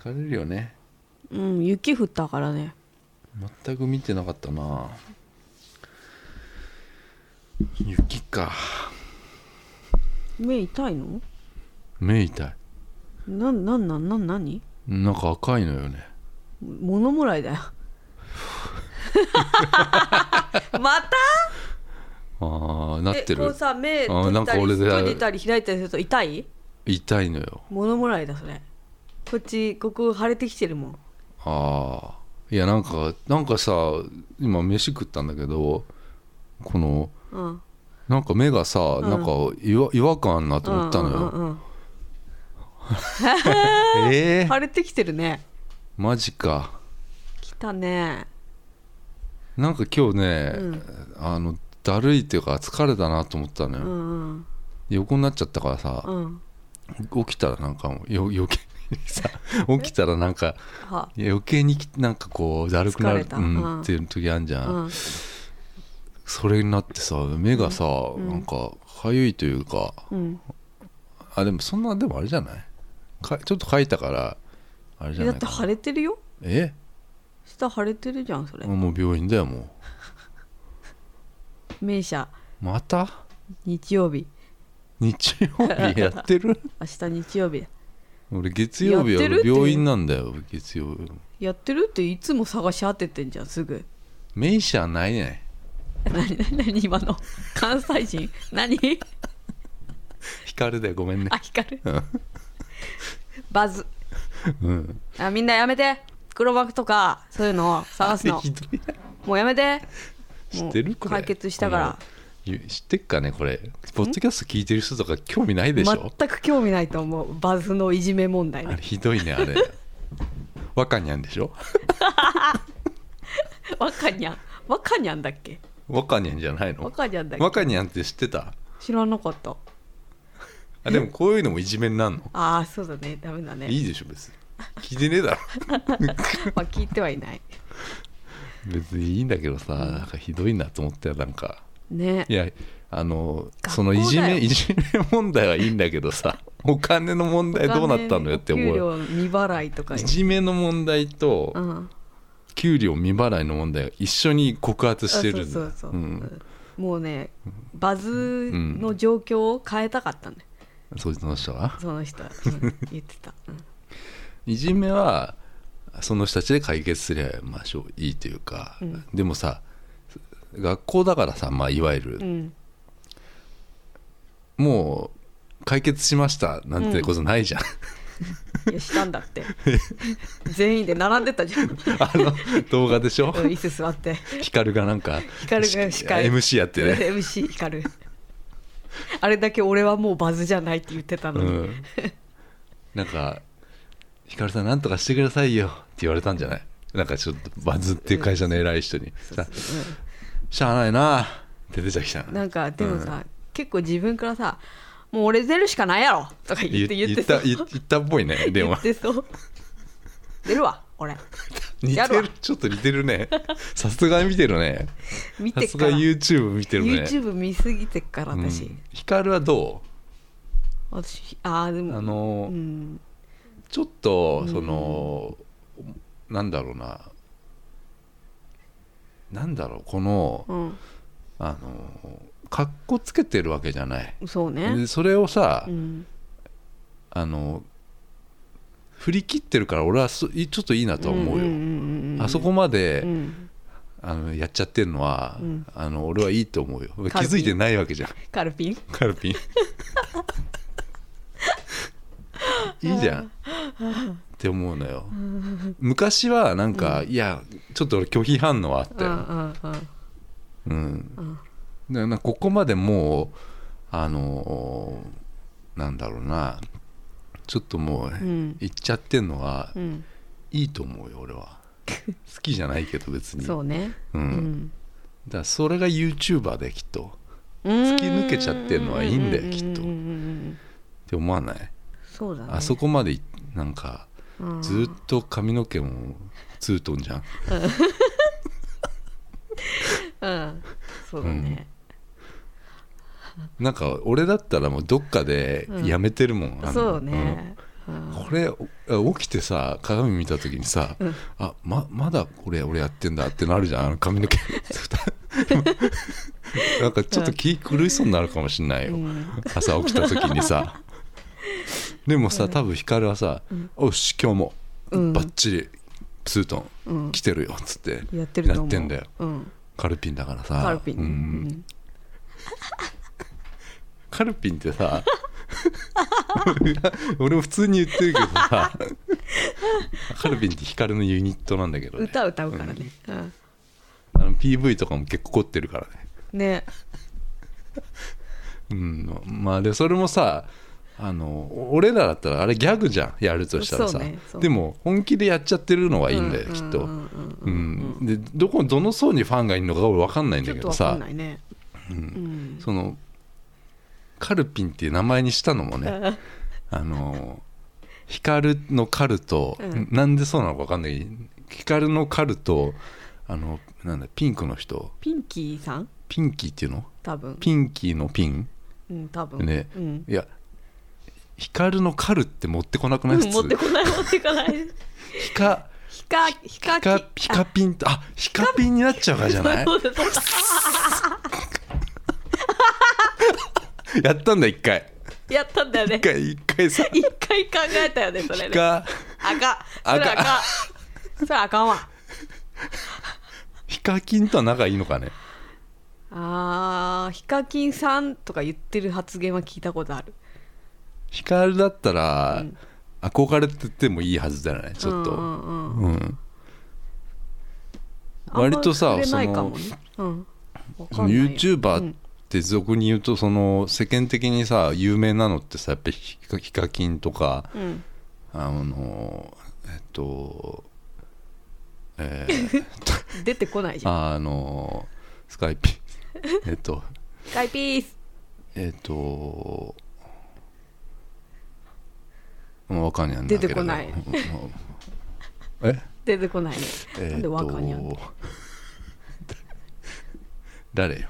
疲れるよねうん雪降ったからね全く見てなかったな雪か目痛いの目痛いなんなんなんなん何なんか赤いのよね物もらいだよ またああなってえこうるさ目あー閉なんじたかり俺で閉じたり開いたりすると痛い痛いのよ物もらいだそれこっちここ腫れてきてるもんああいやなんかなんかさ今飯食ったんだけどこのうんなんか目がさ、んなんか違和違和感あんなと思ったのよ、うんうんうんうんええー、腫れてきてるねマジかきたねなんか今日ね、うんあのだるいっていうか疲れたなと思ったのうよ、ん横になっちゃったからさう、んうん起きたらなんかもうよ余計にさ起きたらなんかはいや余計にきなんかこうだるくな疲れる、たううんん、っていう時あんじゃん、うんそれになってさ目がさ、んなんかかゆいというかうんあでもそんなでもあれじゃないかちょっとかいたからあれじゃえだなっいてかな腫れてるよえ下腫れてるじゃんそれもう病院だよも名車うまた日曜日日曜日やって る明日日曜日俺月曜日やっはてるって病院なんだよ月曜日やってるっていつも探し当ててんじゃんすぐ 名医者はないね何何何今の関西人何 光だよごめんねあ光るうんバズうんあみんなやめて黒幕とかそういうのを探す のひどいもうやめて知ってるこれ解決したからこの知ってっかねこれポッドキャスト聞いてる人とか興味ないでしょ全く興味ないと思うバズのいじめ問題あねれひどいね あれ若にゃんでしょ若にゃん若にゃんだっけ若にゃんじゃないの若にゃんだっけ若にゃんって知ってた知らなかったあでもこういうのもいじめになるのああそうだねダメだねいいでしょ別に聞いてねえだろまあ聞いてはいない別にいいんだけどさなんかひどいなと思ったよなんかねいやあの学校そのいじだめよいじめ問題はいいんだけどさお金の問題どうなったのよって思おうよ金お給料未払いとかいじめの問題とうん給料未払いの問題が一緒に告発してるんだあそうそうそう、んもうねバズの状況を変えたかったね、そいつの人はそ の人は、うん言ってた、うんいじめはその人たちで解決すりゃまあしょういいというか、うんでもさ学校だからさ、まあ、いわゆる、うんもう解決しましたなんてことないじゃ ん、いやしたんだって 全員で並んでたじゃん、うんあの動画でしょ椅子座ってヒカルがなんか光が司会 MC やってね、 MC 光るあれだけ俺はもうバズじゃないって言ってたうのに、ん、なんか「ヒカルさんなんとかしてくださいよ」って言われたんじゃないなんかちょっとバズっていう会社の偉い人に「さしゃあないな」って出てきたうんなんかでもさ、結構自分からさ「もう俺出るしかないやろ」とか言って言言ってっそたう言ったっぽい ね電言話ってそう出るわ俺似やるてわるちょっと似てるねさすがに見てるね見さてすかがら YouTube 見てるね YouTube 見すぎてっからうん私、ヒカルはど私ああでうもあの、うんちょっとその、なんだろうななんだろうこの、うんあのかっこつけてるわけじゃないそうねでそれをさ、うんあの振り切ってるから俺はそいちょっといいなとは思うよ、んんんうんあそこまで、うんあのやっちゃってるのは、うんあの俺はいいと思うよ気カルピンづいてないわけじゃん カルピンカル ピンいいじゃんって思うのよ昔はなんか、いやちょっと俺拒否反応はあったうんよ、うんうんうんうんだからなここまでもうあのーなんだろうなちょっともう、ん行っちゃってんのはうんいいと思うよ俺 は好きじゃないけど別にそうねうんうんだからそれが YouTuber できっと突き抜けちゃってんのはいいんだよきっととって思わないそうだねあそこまでいなんかうんずっと髪の毛もツートンじゃんうんそうだねなんか俺だったらもうどっかでやめてるもん、あのそうねうこれお起きてさ鏡見た時にさ、あままだこれ俺やってんだってなるじゃんあの髪の 毛なんかちょっと気狂いそうになるかもしんないよ、朝起きた時にさでもさ多分光はさ「おし今日もうんバッチリツートン来てるよ」っつってやってると思うやってんだようんカルピンだからさカルピン、ううんんカルピンってさ 俺も普通に言ってるけど さカルピンって光のユニットなんだけど、ね、歌歌うからね、うんあの PV とかも結構凝ってるからねねうんまあでそれもさあの俺らだったらあれギャグじゃんやるとしたらそさ、うねそうでも本気でやっちゃってるのはいいんだよ、うんきっと、ううんんうんでどこどの層にファンがいるのか俺分かんないんちだょっけどとわかさんないねうんそのカルピンっていう名前にしたのもね、うんあの光の狩ると、うんなんでそうなのか分かんない光の狩るとあのなんだピンクの人ピンキーさんピンキーっていうの多分ピンキーのピンうん多分ねうんいや光の狩るって持ってこなくうないん普通持ってこない持ってかないヒカヒカヒカヒカヒカピンってあヒカピンになっちゃうからじゃないそうだそうだやったんだ一回やったんだよね一回一回さ一回考えたよねそれヒねカあかんそれあかんそれあかんわヒカキンとは仲いいのかねあーヒカキンさんとか言ってる発言は聞いたことあるヒカルだったら、うん憧れててもいいはずじゃないちょっと、ううんんうんうん割とあんさま触れないかものねうんわかんないよ YouTuber って俗に言うとその世間的にさ有名なのってさやっぱりヒカヒカキンとか、うんあのえっとえ ーうん出てこないじゃんあのスカイピえっとスカイピースえっともうわかんないんだ出けどてこなういんえ出てこないねえなんでわかんにゃんっと誰よ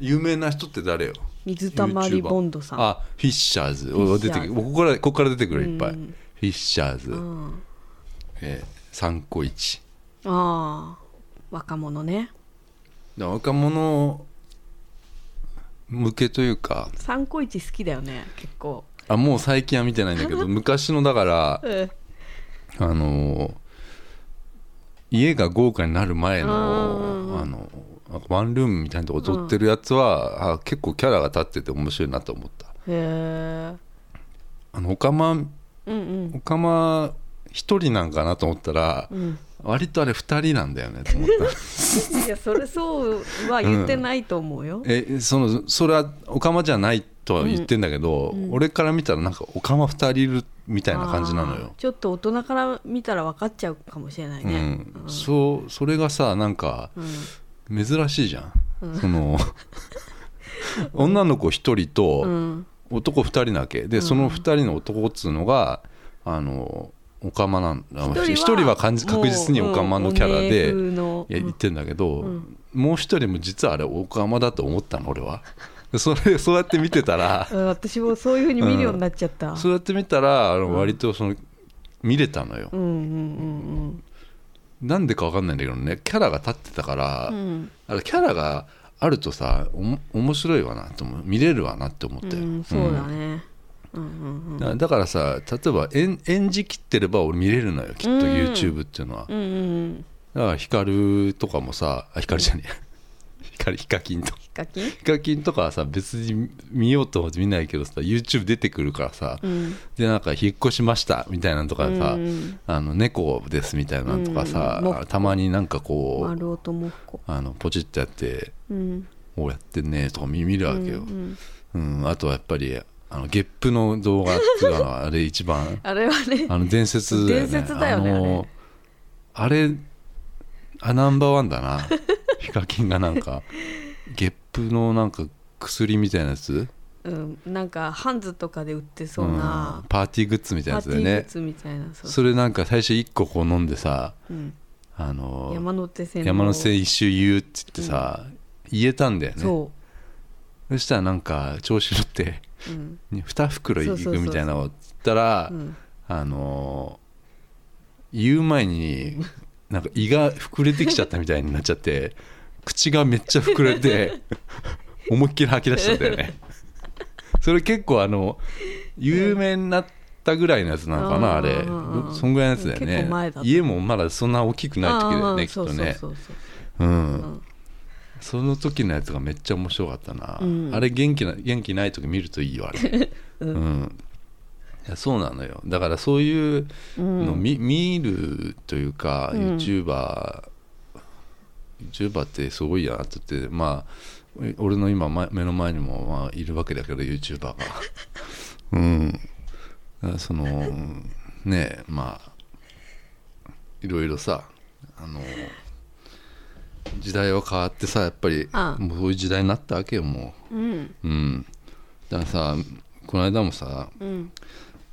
有名な人って誰よ水たまりボンドさん YouTuber あフィッシャーズフィおッシ出ャてーズくるここからここから出てくるいっぱい、うんフィッシャーズ、うんえー、三個一ああ若者ねで若者向けというか三個一好きだよね結構あもう最近は見てないんだ けど昔のだからうんあのー家が豪華になる前うんうんうのんあのなんかワンルームみたいなとこ撮ってるやつは、あ結構キャラが立ってて面白いなと思ったへえあのオカマうんうんオカマ一人なんかなと思ったら、うん割とあれ二人なんだよねと思ったいやそれそうは言ってないと思うよ、えそのそれはオカマじゃないとは言ってんだけど、俺から見たらなんかオカマ2人いるみたいな感じなのあーよ、ちょっと大人から見たら分かっちゃうかもしれないね、うんそうそれがさなんかうん珍しいじゃん、そ の女の子1人うとん男2人なわけでその2人の男っつうのがあのオカマなんだ1人は完全確実にオカマのキャラで、もううんおいや言姉風のってんだけど、もう一人も実はあれ大浜だと思ったの俺はでそれそうやって見てたらうんうん私もそういうふうに見るようになっちゃった、そうやって見たらあの割とその見れたのよう、ん、うんうんなんでか分かんないんだけどねキャラが立ってたから、うんうんあれキャラがあるとさおも面白いわなと思う見れるわなって思っうたよ、んそうだねうんうんだだからさ例えば演演じきってれば俺見れるのよきっとうん YouTube っていうのは、うんうんうんだから光とかもさあ光じゃねえ 光ヒカキンとヒカキンヒカキンとかはさ別に見ようとは見ないけどさ YouTube 出てくるからさ、うんでなんか引っ越しましたみたいなのとかさ、うんあの猫ですみたいなのとかさ、うんもたまになんかこう丸尾智彦あのポチってやってうん「おうやってんね」とか見るわけよう、んうんあとはやっぱりあのゲップの動画っていうのはあれ一 番あれはねあの伝説だよね伝説だよねあのあれあナンバーワンだ なヒカキンがなんかゲップのなんか薬みたいなやつうんなんかハンズとかで売ってそううなんパーティーグッズみたいなパやーつテだィよーグねッズみたいなそうそれなんか最初1個こう飲んでさうんあの山手線の山手線一周言うって言ってさ、言えたんだよねそそしたらなんか調子乗ってう、うん2袋いそうそうそうくそうみたいなのを言ったらうんあのー言う前になんか胃が膨れてきちゃったみたいになっちゃ って口がめっちゃ膨れて思いっきり吐き出したんだよ ねそれ結構あの有名になったぐらいのやつなのかな、あれうんうんうんそんぐらいのやつだよ結構前ねだと家もまだそんな大きくない時だよあーねきっとねそうそうそううそう、うんん、その時のやつがめっちゃ面白かったな、うんあれ元気な元気ない時見るといいよあれ うんうんいやそうなのよだからそういううんの見,、見るというか、うん YouTuberYouTuber ってすごいやなって言ってまあえ俺の今ま目の前にも、まあ、いるわけだけど YouTuber がうんだからそのうんねえまあいろいろさあの時代は変わってさやっぱりああもうそういう時代になったわけよもうんううんだからさこの間もさ、うん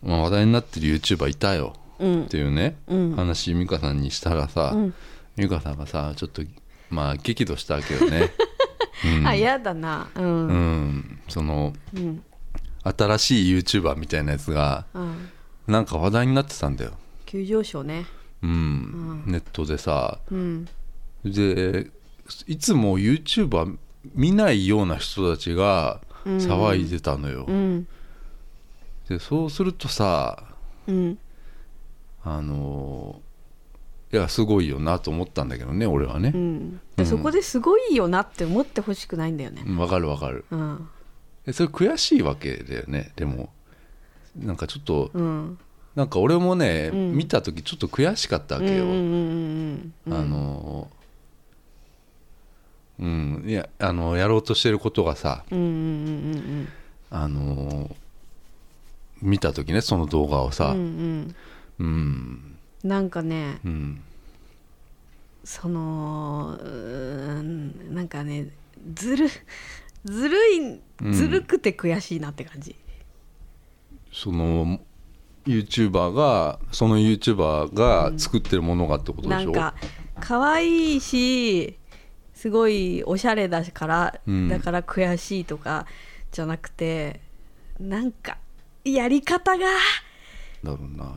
まあ、話題になってる YouTuber いたようんっていうね、うん話美香さんにしたらさ、うん美香さんがさちょっとまあ激怒したわけよ ねあやだなうんううんんそのうん新しい YouTuber みたいなやつがなんか話題になってたんだよ急上昇ねうん、ネットでさうんでいつも YouTuber 見ないような人たちがうん騒いでたのよ、うんでそうするとさうんあのいやすごいよなと思ったんだけどね俺はねう、んうでんそこですごいよなって思ってほしくないんだよねうんわかるわかるうんえそれ悔しいわけだよねでもなんかちょっと、うんなんか俺もね、うん見た時ちょっと悔しかったわうんうんけよ、うんうんあのうんいやあのやろうとしてることがさうんうんうんうんあの見た時ねその動画をうんさうんうんうんなんかねうんそのうーんなんかねずるずるいうんずるくて悔しいなって感じ、その YouTuber がその YouTuber が作ってるものがってことでなしょ、んか可愛いしすごいおしゃれだから、うんだから悔しいとかじゃなくてなんかやり方がだろうな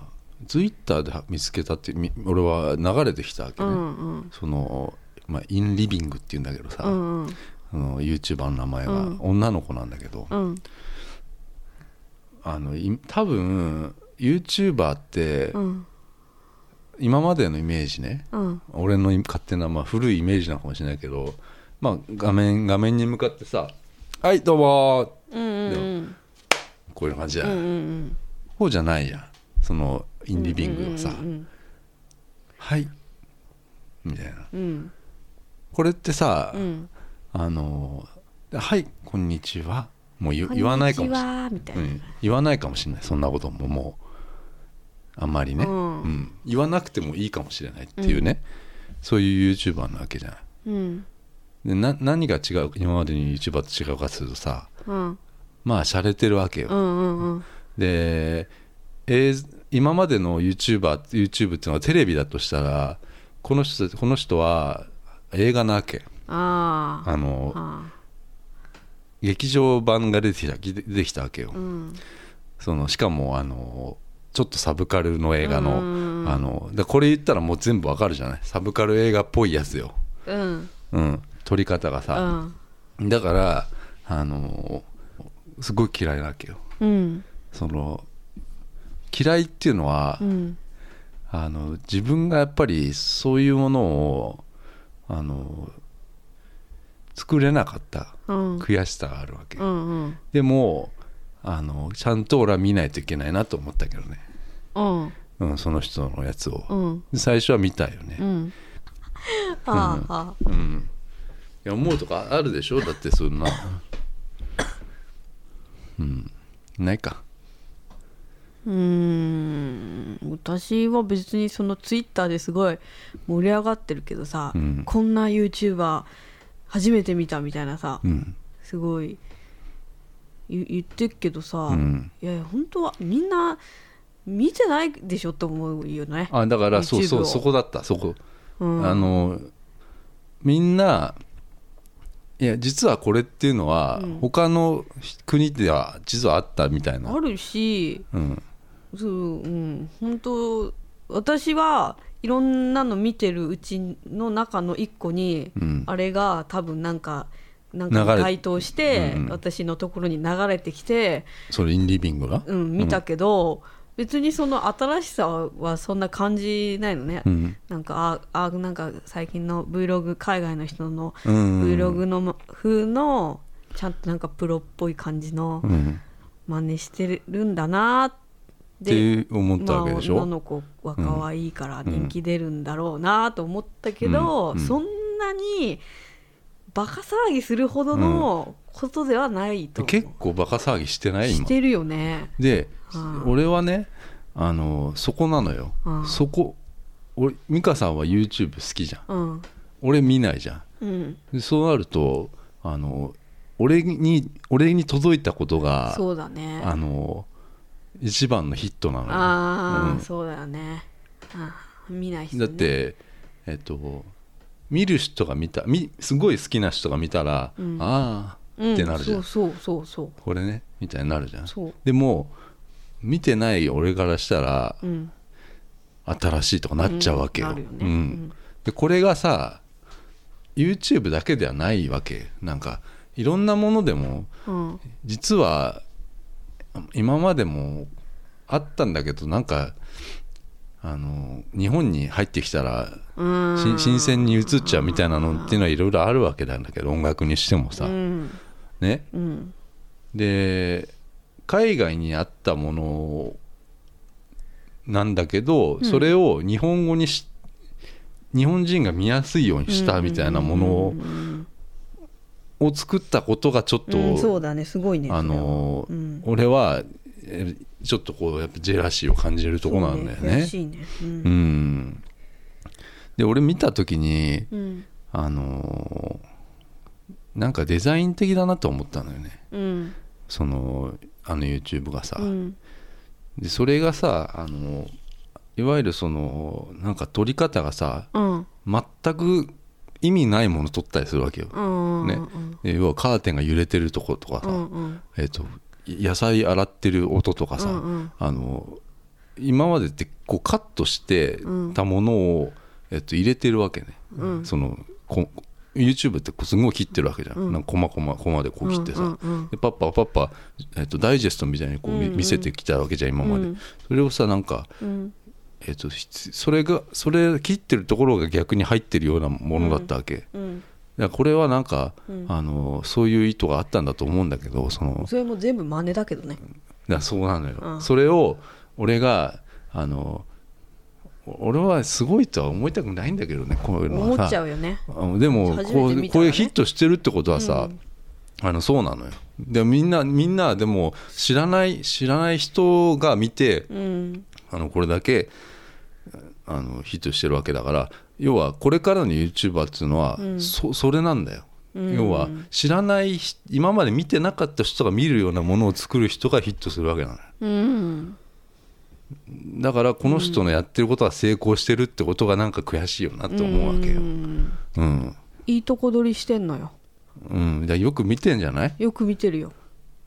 ツイッターで見つけたってみ俺は流れてきたわけうね、んうんその、まあ、インリビングっていうんだけどさ、うんうんあの YouTuber の名前は、うん女の子なんだけど、うんあのい多分 YouTuber ってうん今までのイメージね、うん俺の勝手な、まあ、古いイメージなのかもしれないけど、まあ、画面画面に向かってさ「はいどうもうんうんー」こういう感じじゃ、うんうんんこうじゃないやんそのイうんンリビングはさ「うんはい」みたいなうんこれってさ、うんあの「はいこんにちは」もう言うん言わないかもしれない。こんにちはみたいうな、ん、言わないかもしれないそんなことももうあんまりね、うんうん言わなくてもいいかもしれないっていうね、そういう YouTuber なわけじゃないうんでな何が違う今までの YouTuber と違うかするとさうんまあ洒落てるわけよ、うんうんうんで、映像今までの YouTuber YouTube っていうのはテレビだとしたらこの人この人は映画なわけあーあのあ劇場版が出てきた出てきたわけよ、ーうんそのしかもあのちょっとサブカルの映画の,、うんあのでこれ言ったらもう全部わかるじゃないサブカル映画っぽいやつよ、うんうん、撮り方がうさ、んだからあのすごい嫌いなわけようんその嫌いっていうのは、うんあの自分がやっぱりそういうものをあの作れなかったうん悔しさがあるわけ、うんうんでもあのちゃんと俺は見ないといけないなと思ったけどねうんうん、その人のやつを、うんで最初は見たよねう、んああああうんいや思うとかあるでしょだってそんなうんないかうーん私は別にそのツイッターですごい盛り上がってるけどさ、うんこんな YouTuber 初めて見たみたいなさ、うんすごいゆ言ってるけどさ、うんいやいや本当はみんな見てないでしょって思うよね。あだからそうそ YouTube をうそこだったそこ、うん、あのみんないや実はこれっていうのは、うん他の国では実はあったみたいあな、るしうん、そううん本当私はいろんなの見てるうちの中の一個に、うんあれが多分なんかなん流かれ該当して、うん私のところに流れてきて、それインリビングがうん、見たけど、別にその新しさはそんな感じないのね、うんなんかああなんか最近の Vlog 海外の人のうん Vlog の風のちゃんとなんかプロっぽい感じのうんっ真似してるんだなっていう思ったまあ、わけでしょ、女の子は可愛いから人気出るんだろうなと思ったけうど、んうんそんなにバカ騒ぎするほどのことではないと思う、結構バカ騒ぎしてないし今てるよねで、うん俺はねあのそこなのよ、うんそこ俺美香さんは YouTube 好きじゃんうん俺見ないじゃうんんでそうなるとあの俺に俺に届いたことがそうだねあの一番のヒットなのよああ、うんそうだよねあー見ない人、ね、だってえっと見る人が見たみすごい好きな人が見たら、うんああってなるじゃん、うん、そうそうそうこれねみたいになるじゃんそうそうでも見てない俺からしたらうん新しいとかなっちゃうわけよ,、うんなるよねうんうんでこれがさ YouTube だけではないわけなんかいろんなものでもうん実は今までもあったんだけどなんかあの日本に入ってきたらうんし新鮮に映っちゃうみたいなのっていうのはいろいろあるわけなんだけど音楽にしてもさ、うんねうんで海外にあったものなんだけど、んそれを日本語にし日本人が見やすいようにしたみたいなものを,、うんうんを作ったことがちょっと、うんそうだねすごいねあのそれはう俺はんえちょっとこうやっぱジェラシーを感じるとこなんだよそうね悔。しいねううんん、で俺見た時にうんあのなんかデザイン的だなと思ったのよねうんそのあの YouTube がさ。うんでそれがさあのいわゆるそのなんか撮り方がさうん全く意味ないもの撮ったりするわけよ、うんねで要はカーテンが揺れてるとことかさ、うんうんえっと野菜洗ってる音とかさ、うんうんあの今までってこうカットしてたものを、えっと、入れてるわけね、うんそのこ YouTube ってこうすごい切ってるわけじゃん、うんなんかコマコマコマでこう切ってさ、うんうんでパッパパッパ、えっと、ダイジェストみたいにこう見,、うんうん見せてきたわけじゃん今まで、うんそれをさなんか、うんえっとひつそれがそれ切ってるところが逆に入ってるようなものだったわけ、だかうんらこれはなんか、うんあのそういう意図があったんだと思うんだけどそのそれも全部真似だけどねだからそうなのよ、うんそれを俺があのお俺はすごいとは思いたくないんだけどねこういうの思はさっちゃうよねあでも初こめう,、て見たこらねれヒットしてるってことはさ、あのそうなのよでみんなみんなでも知らない知らない人が見てうんあのこれだけあのヒットしてるわけだから要はこれからの YouTuber っていうのは、うんそそれなんだよ、うん要は知らないひ今まで見てなかった人が見るようなものを作る人がヒットするわけなのようんだからこの人のやってることは成功してるってことがなんか悔しいよなって思うわけよんうん、いいとこ取りしてんのようん、だからよく見てんじゃないよく見てるよ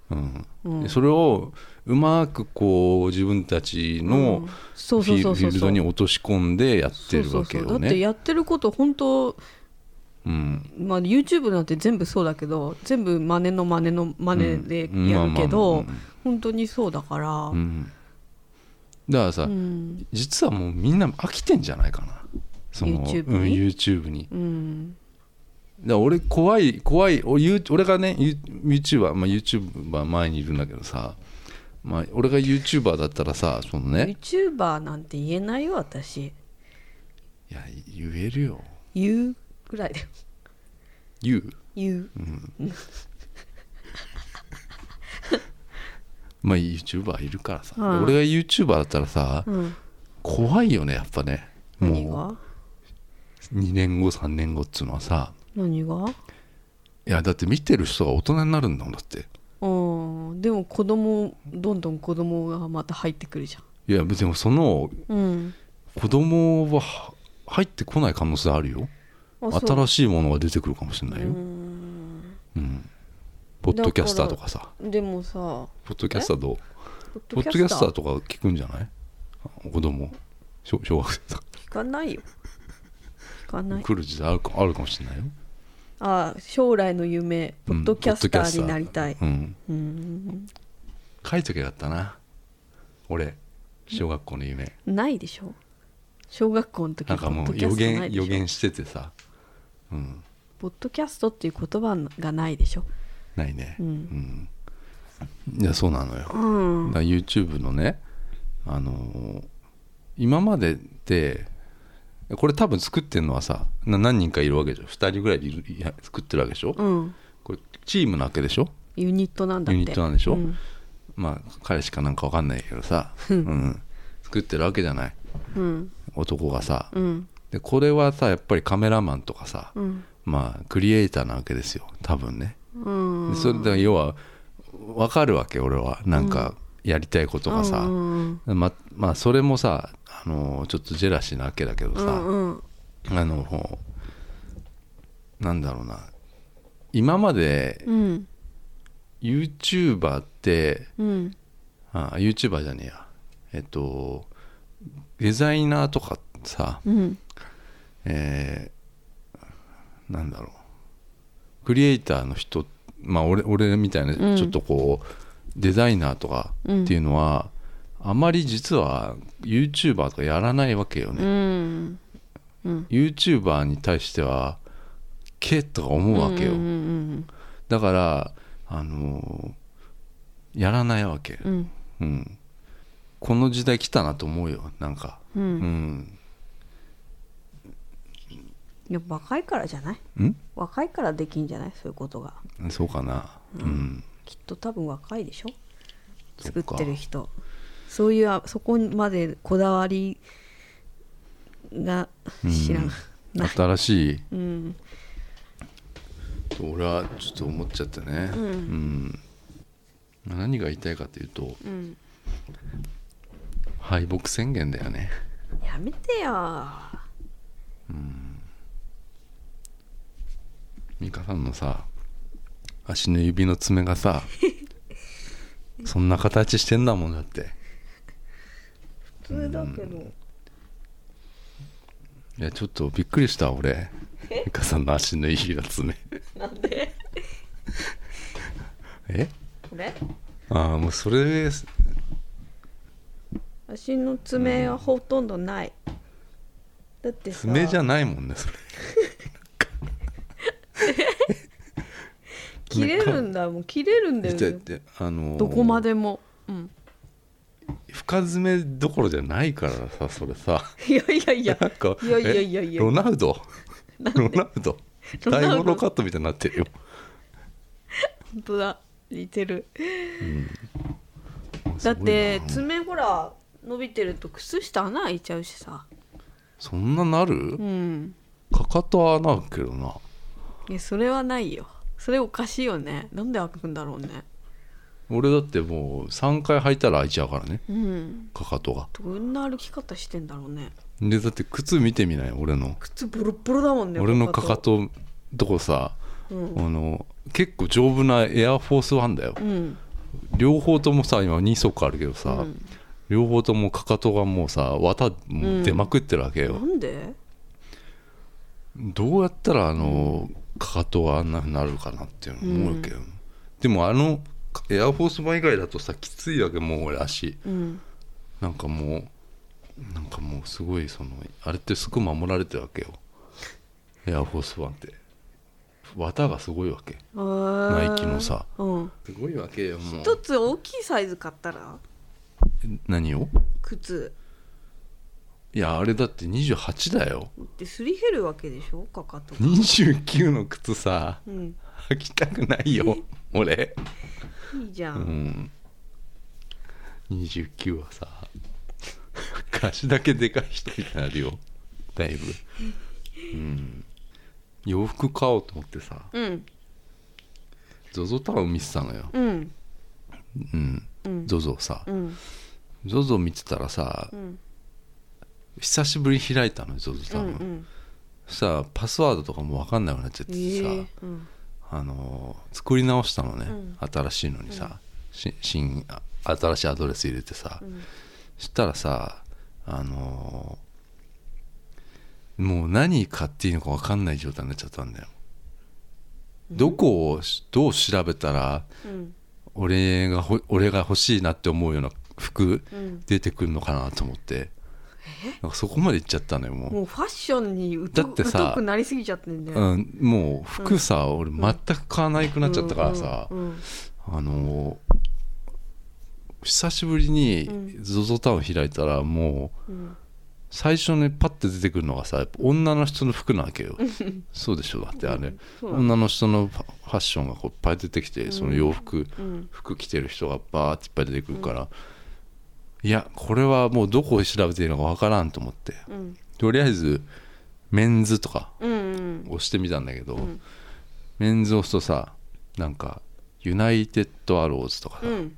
うんうんそれをうまくこう自分たちのフそうそうィそフィーうそうルそドうに落とし込んでやっそてうるそわうけそうよだってね。やってること本当うんまあ YouTube なんて全部そうだけど全部真似の真似の真似でうんやるけまあどまあまあ本当にそうだからうんだからさ、うん実はもうみんな飽きてんじゃないかなその YouTube うん、に YouTube にうんだから俺怖い怖いおゆ俺がねユ YouTuber、まあ、YouTuber 前にいるんだけどさ、まあ、俺が YouTuber だったらさそのね YouTuber なんて言えないよ私いや言えるよ言うぐらいだよ 言う言うまあ YouTuber いるからさ、うん俺が YouTuber だったらさ、うん怖いよねやっぱね何もがう2年後3年後っつうのはさ何がいやだって見てる人が大人になるんだもんだってうんでも子供どんどん子供がまた入ってくるじいやでもそのゃんうん子供はは入ってこない可能性あるよ新ししいものが出てくるかもしれないよ、うんポッドキャスターとかさでもさポッドキャスターどうポッドキャスターとか聞くんじゃない子供小小学生とか聞かないよ聞かない来る時代あるかあるかもしれないよああ将来の夢ポッドキャスターになりたいうんうん書いとけだったな俺小学校の夢ないでしょ小学校の時なんかもポッうドキャ予ストな言いでしょ予言しててさうんポッドキャストっていう言葉がないでしょないねうんうんいやそうなのようんだから YouTube のね、あのー今までってこれ多分作ってるのはさな何人かいるわけでしょ2人ぐらいでいるいや作ってるわけでしょ、うんこれチームなわけでしょユニットなんだってユニットなんでしょうんまあ彼しかなんか分かんないけどさ、ううんん、作ってるわけじゃないうん男がさうんでこれはさやっぱりカメラマンとかさ、うんまあクリエイターなわけですよ多分ね、うんでそれで要は分かるわけ俺はなんかやりたいことがさ、うんままあそれもさ、あのちょっとジェラシーなわけだけどうさ、んうんあのなんだろうな今までうん YouTuber ってうんあ YouTuber じゃねえやえっとデザイナーとかさうんえーなんだろうクリエイターの人まあ俺俺みたいうんなちょっとこう、デザイナーとかうんっていうのは、あまり実は YouTuber とかやらないわけよね、うんうんユーチューバーに対してはけとか思うわけよ、うんうんだからあのーやらないわけ、うんうんうんこの時代来たなと思うよなんかううんうんん、いや若いからじゃないうん若いからできんじゃないそういうことがそうかなうん、きっと多分若いでしょそ作うっかてる人そういうあそこまでこだわりがうん知ら ん、ない新しいうん俺はちょっと思っちゃったねうんうん何が言いたいかというとうん敗北宣言だよねやめてよ美香さんのさ足の指の爪がさそんな形してんだもんだって普通だけどいやちょっとびっくりした俺美香さんの足の指の爪なんでえこれああもうそれです足の爪はほとんどない、だってさ爪じゃないもんねそれ切れるんだもん切れるんだよ、実はねっ、てあのーどこまでも、うん、深爪どころじゃないからさそれさいやいやいや なんかいやいやいやいえやロナウドロナウドロナウド大五郎カットみたいになってるよ本当だ似てるすだっごいて爪ほら伸びてると靴下穴開いちゃうしさそんななるうんかかとは穴開くけどないやそれはないよそれおかしいよねなんで開くんだろうね俺だってもう3回履いたら開いちゃうからねうんかかとがどんな歩き方してんだろうねでだって靴見てみない俺の靴ボロボロだもんね俺のかかととこさ、うんあの結構丈夫なエアフォースワンだようん両方ともさ今2足あるけどさ、うん両方ともかかとがもうさ綿もう出まくってるわけなよ、んでどうやったらあのかかとがあんなふうになるかなっていうの思うけど、でもあのエアフォースワン以外だとさきついわけもう俺足うんなんかもうなんかもうすごいそのあれってすごい守られてるわけよエアフォースワンって綿がすごいわけナナイキのさうんすごいわけよもう一つ大きいサイズ買ったら何を靴いやあれだって28だよってすり減るわけでしょかかとが29の靴さうん履きたくないよ俺いいじゃ、うんん29はさ足だけでかい人になるよだいぶうん洋服買おうと思ってさうんゾゾタウン見てたのようんうんうんゾゾさうんゾゾ見てたらさうん久しぶりに開いたのよゾゾうタウン、んそしたらパスワードとかも分かんなくなっちゃってえさ、えうんあのー作り直したのね、うん新しいのにさ、し新あ新しいアドレス入れてさ、うんしたらさあのーもう何買っていいのか分かんない状態になっちゃったんだよ、どこをしどう調べたらうん俺がほ俺が欲しいなって思うような服うん出てくるのかなと思ってなんかそこまで行っちゃったのよもうもうファッションにうだってさ疎くなりすぎちゃってんだよ、うん、もう服さ、俺全く買わなくなっちゃったからさ、うんうんあのー久しぶりにう ZOZO タウン開いたらもううん最初にパッて出てくるのがさやっぱ女の人の服なわ けよそうでしょだってあれ、そうなの女の人のファファッションがこういっぱい出てきてその洋服、うん服着てる人がバーっていっぱい出てくるから、いやこれはもうどこを調べていいのかわからんと思ってうんとりあえずメンズとかうんうん押してみたんだけど、んメンズ押すとさなんかユナイテッドアローズとかさ、うん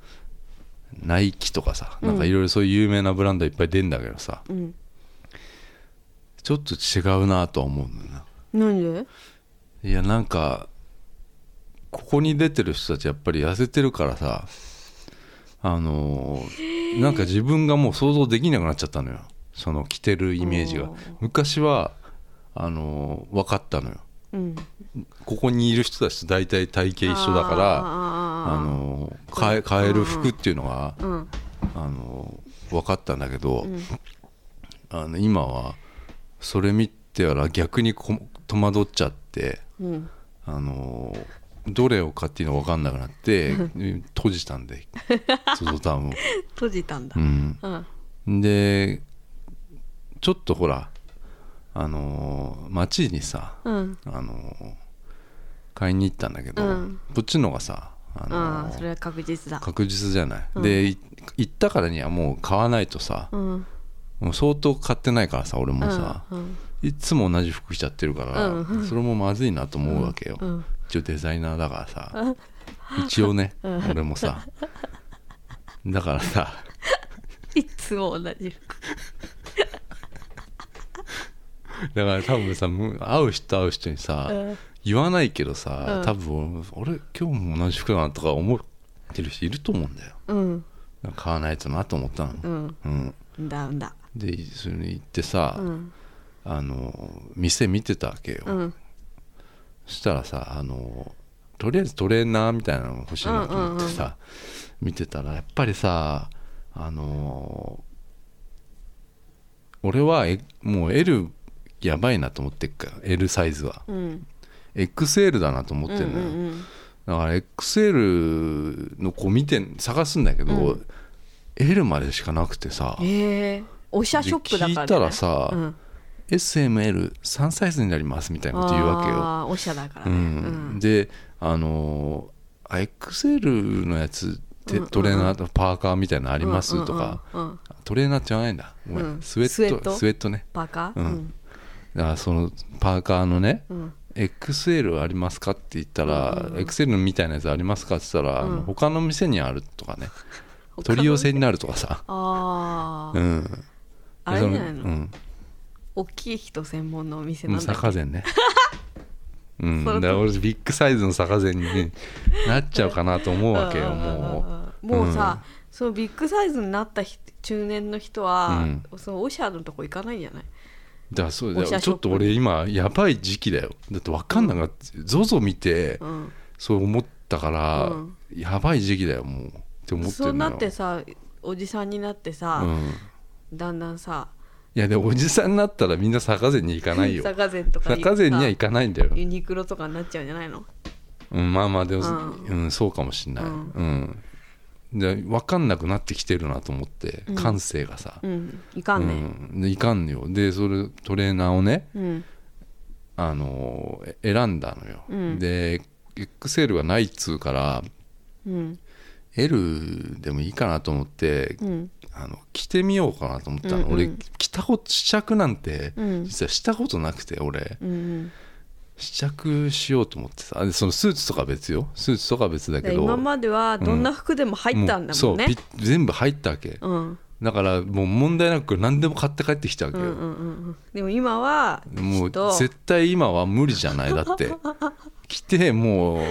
ナイキとかさうんなんかいろいろそういう有名なブランドいっぱい出んだけどさ、うんちょっと違うなとは思うんだよななんでいやなんかここに出てる人たちやっぱり痩せてるからさあのーなんか自分がもう想像できなくなっちゃったのよその着てるイメージがおー昔はあのー分かったのようんここにいる人たちと大体体型一緒だからああの買え買える服っていうのがーあーあーうんあの分かったんだけど、うんあの今はそれ見てたら逆にこ戸惑っちゃってうんあのどれを買っていいのか分かんなくな って閉じたんで ZOZO タウンを、閉じたんだうんうんでちょっとほらあの街にさうんあの買いに行ったんだけど、うんこっちのがさああのあそれは確実だ確実じゃない、うんでい行ったからにはもう買わないとさ、うんもう相当買ってないからさ俺もさ、うんうんいつも同じ服着ちゃってるから、うんそれもまずいなと思うわけよ、うん一応デザイナーだからさ、一応ね、俺もさだからさいつも同じ服だから多分さむ会う人会う人にさ、うん言わないけどさ、うん多分俺今日も同じ服だなとか思ってる人いると思うんだようん買わないとなと思ったの、うんうん、だうんだでそれに行ってさ、うんあの店見てたわけよ、うんそしたらさあのとりあえずトレーナーみたいなの欲しいなと思ってさ、見てたらやっぱりさあの俺はえもう L やばいなと思ってっから L サイズはうん XL だなと思ってるのよ、うんだから XL の子見て探すんだけど、う L までしかなくてさうんええおしゃショップだからね聞いたらさ、うん SML3 サイズになりますみたいなこと言うわけよあーおしゃだからうねん、であのーあ XL のやつってトレーナーとパーカーみたいなのあありますとか、トレーナーって言わないんだごめんうんスウェスウェッットトスウェットねパーカーうんだからそのパーカーのねうん XL ありますかって言ったら、うんうん XL みたいなやつありますかって言ったら、あのうん他の店にあるとかね取り寄せになるとかさああ、うんあれじゃないの、うん大きい人専門のお店もなうんだっけ坂膳 ねうんそだのから俺ビッグサイズの坂膳になっちゃうかなと思うわけよんんんんもう。もうさ、そのビッグサイズになった人中年の人は、そのオシャのとこ行かないんじゃないだからそうだおしゃよれちょっと俺今やばい時期だよだって分かんなかった、ZOZO 見てうんそう思ったから、うんやばい時期だよもうって思ってそうるのなよってさおじさんになってさ、うん、いだんだんさやでもおじさんになったらみんな坂膳に行かないよ坂膳とかに坂膳には行かないんだよ、ユニクロとかになっちゃうんじゃないのうん、まあまあでも、ううんんそうかもしんない、ううんで分かんなくなってきてるなと思って、うん感性がさ、うんいかんねうんでいかんよでそれトレーナーをね、うんあのえ選んだのよ、うんで XL がないっつうからうん、 L でもいいかなと思って、うんあの着てみようかなと思ったの、うんうん俺着たこと試着なんて、うん実はしたことなくて俺うん試着しようと思ってさでそのスーツとかは別よスーツとかは別だだかけらど今まではどんな服でも入ったんだもんねうそうび全部入ったわけうんだからもう問題なく何でも買って帰ってきちゃうわうけんよ、うんうんでも今はもうちょっと絶対今は無理じゃないだ って来てもう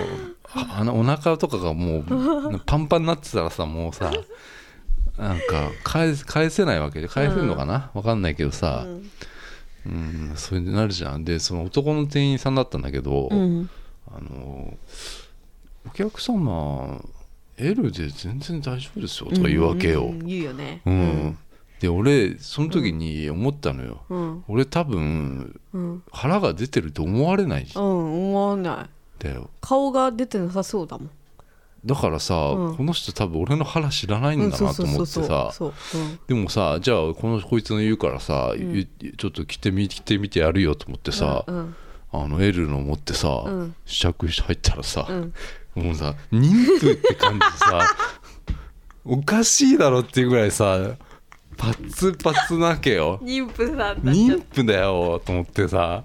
ああのお腹とかがもうパンパンになってたらさもうさなんか返す返せないわけで返せるのかな、わかんないけどさうんうん、それになるじゃんでその男の店員さんだったんだけど、うんあのお客様 L で全然大丈夫ですよとか言うわけよ、んん言うよねうんで俺その時に思ったのよ、うん俺多分うん腹が出てると思われないんうん思わないだよ顔が出てなさそうだもんだからさ、うんこの人多分俺の腹知らないうんんだそうなとそうそ思うってそうさそううんでもさじゃあこのこいつの言うからさ、うんゆちょっと着てみ着てみてやるよと思ってさ、うんあの L の持ってさ、うん試着して入ったらさ、うんもうさ妊婦って感じでさ おかしいだろっていうぐらいさパツパツなわけよ妊婦さんたち妊婦だよと思ってさ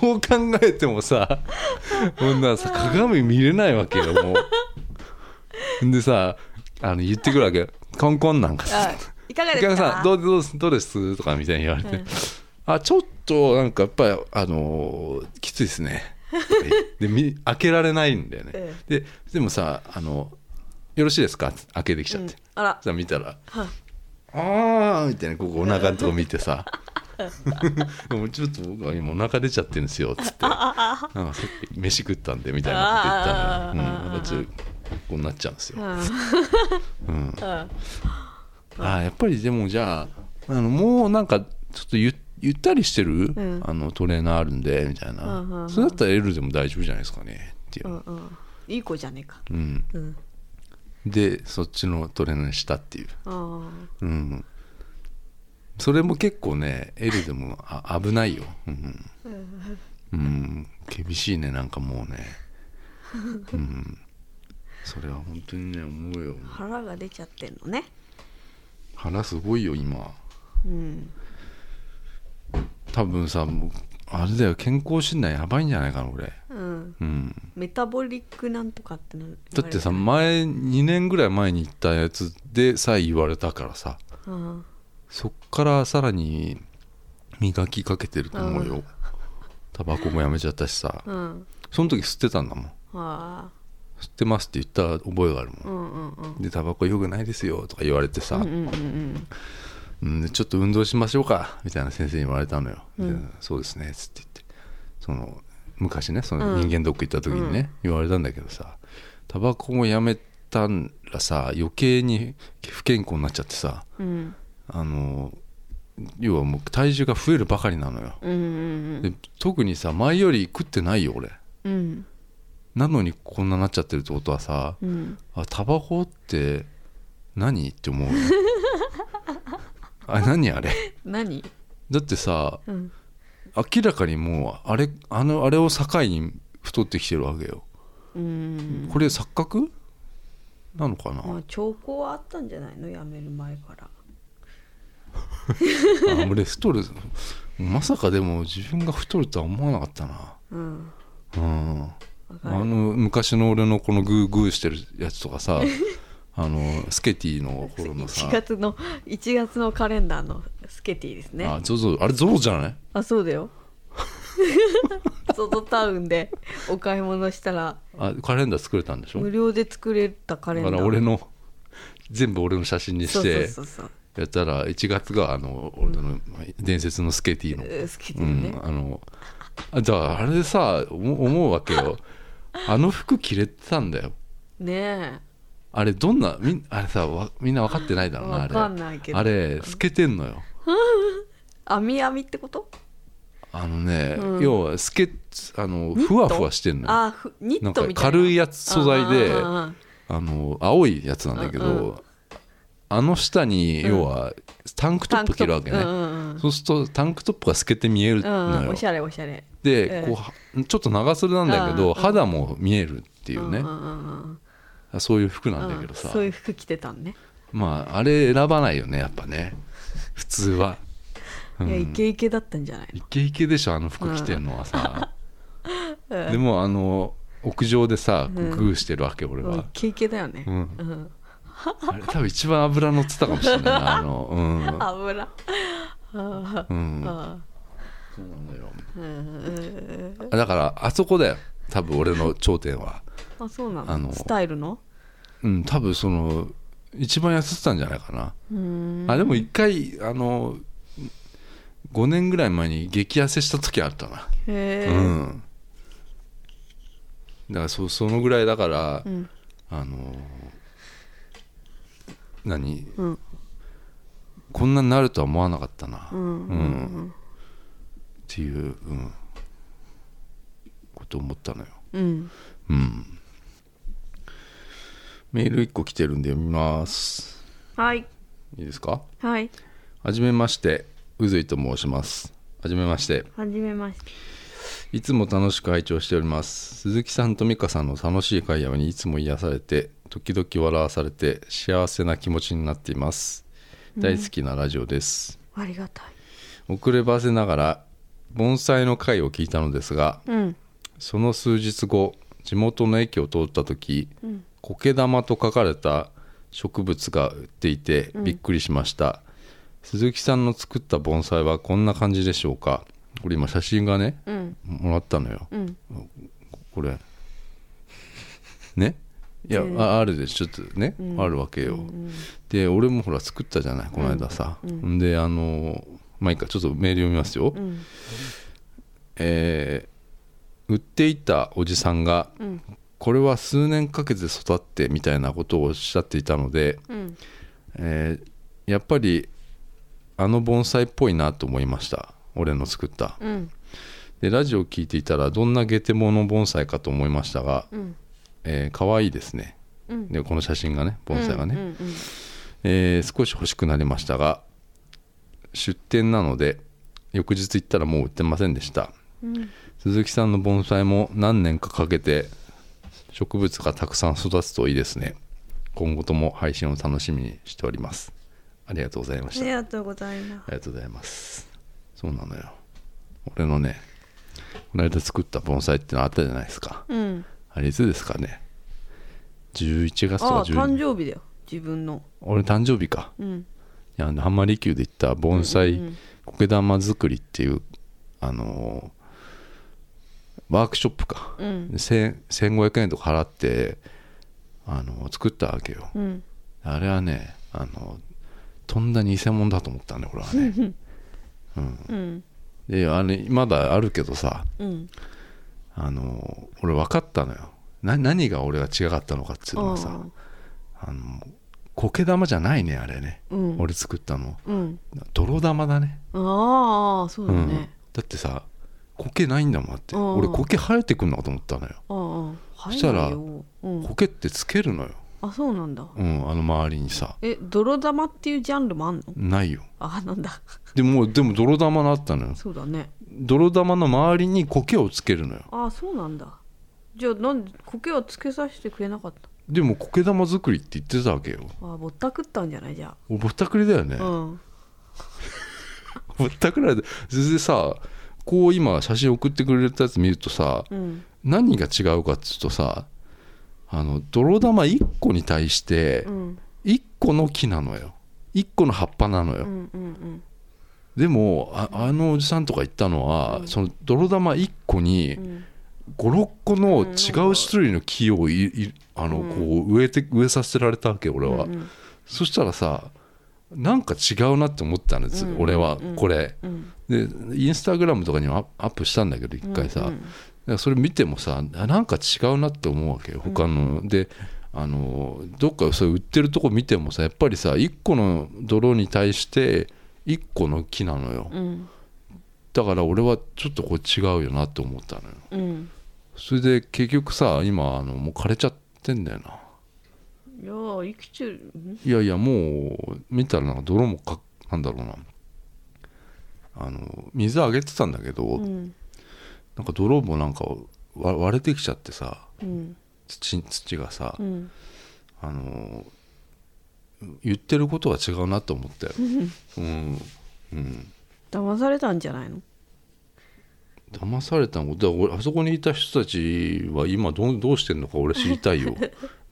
どう考えてもさこんなさ鏡見れないわけよもうでさあの言ってくるわけコンコンなんかさあいかが「おです客さかんどうどうどうです?」とかみたいに言われて「あちょっとなんかやっぱりあのーきついですね」でみ開けられないんだよね、えででもさあの「よろしいですか?」って開けてきちゃって、うんあらさ見たらはい「ああ」みたいなここお腹のとこ見て さ「でもちょっと僕は今お腹出ちゃってるんですよ」っつ って「なんかさっき飯食ったんで」みたいなこと言ったのよ、うん、あーなんかちょっとこうなっちゃうんですよ、うんうんあーやっぱりでもじゃああのもうなんかちょっとゆゆったりしてる、うんあのトレーナーあるんでみたいな、うんうんうんそれだったら L でも大丈夫じゃないですかねっていうう、んうんいい子じゃねえかうんうんでそっちのトレーナーにしたっていうあうん、それも結構ね L でもあ危ないよ、うんうん、厳しいねなんかもうね、うん、それは本当にね思うよあ腹が出ちゃってんのね腹すごいよ今うん多分さもうあれだよ健康診断やばいんじゃないかな俺、うんうん、メタボリックなんとかっての言われだってさる前2年ぐらい前に行ったやつでさえ言われたからさうんそっからさらに磨きかけてると思うよ、うんタバコもやめちゃったしさうんその時吸ってたんだもんあ吸ってますって言った覚えがあるあうもん、んうんうんでタバコよくないですよとか言われてさ、うんうんうんうんでちょっと運動しましょうかみたいな先生に言われたのよ、うんでそうですねつって言ってその昔ねその人間ドック行った時にね、言われたんだけどさタバコもやめたらさ余計に不健康になっちゃってさうんあの要はもう体重が増えるばかりなのよ、うんうんで特にさ前より食ってないよ俺うんなのにこんななっちゃってるってことはさうんあタバコって何って思うよあれ何あれ何だってさうん明らかにもうあれあのあれを境に太ってきてるわけようんこれ錯覚なのかなまあ兆候はあったんじゃないのやめる前からあ俺太るまさかでも自分が太るとは思わなかったなうんうんわかあのる昔の俺のこのグーグーしてるやつとかさあのスケティの頃の さ1月の1月のカレンダーのスケティですねあゾゾあれゾロじゃないあそうだよゾゾタウンでお買い物したらあカレンダー作れたんでしょ無料で作れたカレンだダかーら俺の全部俺の写真にそうしそうてそうそうやったら1月があの俺の伝説のスケティの、うんスケテうィね、ん、あのあだからあれでさ思思うわけ よあの服着れてたんだよねあれどんなみんあれさわみんな分かってないだろうなあれわかんないけどあれ透けてんのよえ網網ってことあのね、うん要は透けあのニットふわふわしてんのよあふニットみたいななんか軽いやつ素材であーああの青いやつなんだけど、うんうんあの下にうん要はタンクートッタンプク着トるッわけプね、うんうんそうするとタンクトップが透けて見えるうのんうんよ、おしゃれおしゃれで、うんこうちょっと長袖なんだけど、うん肌も見えるっていうね、うんうんうんそういう服なうんんだけどさ、そういう服着てたんね、まああれ選ばないよねやっぱね普通は、うんいやイケイケだったんじゃないイケイケでしょあの服着てんのはさ、 うんでもあの屋上でさうんグーしてるわけ俺の、うんイは、ケイケだよねうんうんあれ多分一番油乗ってたかもしれないなあの うん油あうんあそうなのようんだからあそこだよ多分俺の頂点はあそうなのあのスタイルのうん多分その一番痩せてたんじゃないかなうーんあでも一回あの5年ぐらい前に激痩せした時あったな、へえうんだからそそのぐらいだから、うんあの何うんこんなになるとは思わなかったな、うっんうんうんていう、うん、こと思ったのようんうんメール1個来てるんで読みますはいいいですかはいはじめましてうずいと申しますはじめましてはじめましていつも楽しく拝聴しております。鈴木さんと美香さんの楽しい会話にいつも癒されて、時々笑わされて、幸せな気持ちになっています。大好きなラジオです。ありがたい遅ればせながら、盆栽の会を聞いたのですが、うんその数日後、地元の駅を通った時、うん苔玉と書かれた植物が売っていてびっくりしました、鈴木さんの作った盆栽はこんな感じでしょうかこれ今写真がねうんもらったのようんこれねいや、うんああるでしょちょっとね、うんあるわけよ、で俺もほら作ったじゃないこの間さ、うんんであのまあいいかちょっとメール読みますよ、うんえー売っていたおじさんがうんこれは数年かけて育ってみたいなことをおっしゃっていたので、うんえーやっぱりあの盆栽っぽいなと思いました俺の作ったうんでラジオを聞いていたらどんなゲテモノ盆栽かと思いましたが、うんえー、可愛いですねうんでこの写真がね盆栽がね、うんうんうんえー少し欲しくなりましたが出店なので翌日行ったらもう売ってませんでしたうん鈴木さんの盆栽も何年かかけて植物がたくさん育つといいですね今後とも配信を楽しみにしておりますありがとうございましたありあがとうございますりがとうございますそうなのよ俺のねこの間作った盆栽ってのあったじゃないですかうんあれいつですかね11月とあかあ12誕生日だよ自分の俺誕生日かうんいや浜離宮で行った盆う栽んうん苔玉作りっていうあのーワークショップかうん1000 1500円とか払ってあの作ったわけようんあれはねあのとんだ偽物だと思ったんだこれは ねうんであれまだあるけどさうんあの俺分かったのよな何が俺が違かったのかっていうのはさあの苔玉じゃないねあれね、うん俺作ったのうん泥玉だねああそうだうんね、だってさ苔ないんだもんだってうん俺苔生えてくんのかと思ったのよああそしたら入るようん、苔ってつけるのよ、あそうなんだうん、あの周りにさえ泥玉っていうジャンルもあんのないよあなんだ でもでも泥玉のあったのよそうだね泥玉の周りに苔をつけるのよあそうなんだじゃあなんで苔をつけさせてくれなかったでも苔玉作りって言ってたわけよあぼったくったんじゃないじゃおぼったくりだよね、あ、うんぼったくられてそれでさこう今写真送ってくれたやつ見るとさうん何が違うかっつうとさあの泥玉1個に対してうん1個の木なのよ1個の葉っぱなのよ、うんうんうんでもああのおじさんとか言ったのは、うんその泥玉1個にうん56個の違う種類の木をいいあのうんこう植えて植えさせられたわけ俺は、うんそしたらさなんか違うなって思ったんです、うん俺はこれうんでインスタグラムとかにもアップアップしたんだけど一回さ、だからそれ見てもさあなんか違うなって思うわけよ他の、であのどっかそれ売ってるとこ見てもさやっぱりさ1個の泥に対して1個の木なのよ、うんだから俺はちょっとこれ違うよなって思ったのようんそれで結局さ今あのもう枯れちゃってんだよないやー生きてるんいやいやもう見たらなんか泥もかなんだろうなあの水あげてたんだけど、うんなんか泥もなんかわ割れてきちゃってさうん土土がさ、うんあの言ってることは違うなと思 ったようんうん騙されたんじゃないの騙されたのだから俺あそこにいた人たちは今どうどうしてんのか俺知りた いよ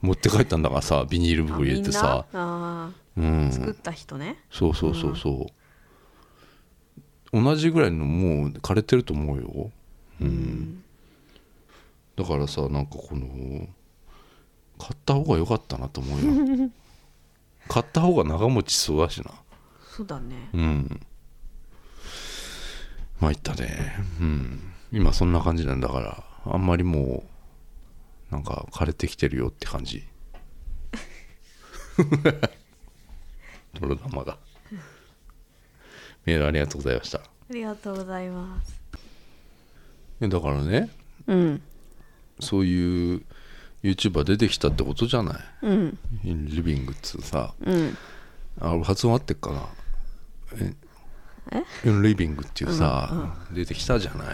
持って帰ったんだからさビニール袋入れてさあみんなあうー作んった人ね、そうそうそうそう、同じぐらいのもう枯れてると思うようんだからさなんかこの買った方が良かったなと思うよ買った方が長持ちしそうだしなそうだねうん参ったねうん今そんな感じなんだからあんまりもうなんか枯れてきてるよって感じ 泥玉がメールありがとうございましたありがとうございますえだからねうんそういう YouTuber 出てきたってことじゃないうんリビングっつうさうんあ俺発音合ってっかなえリビングっていうさ、出てきたじゃない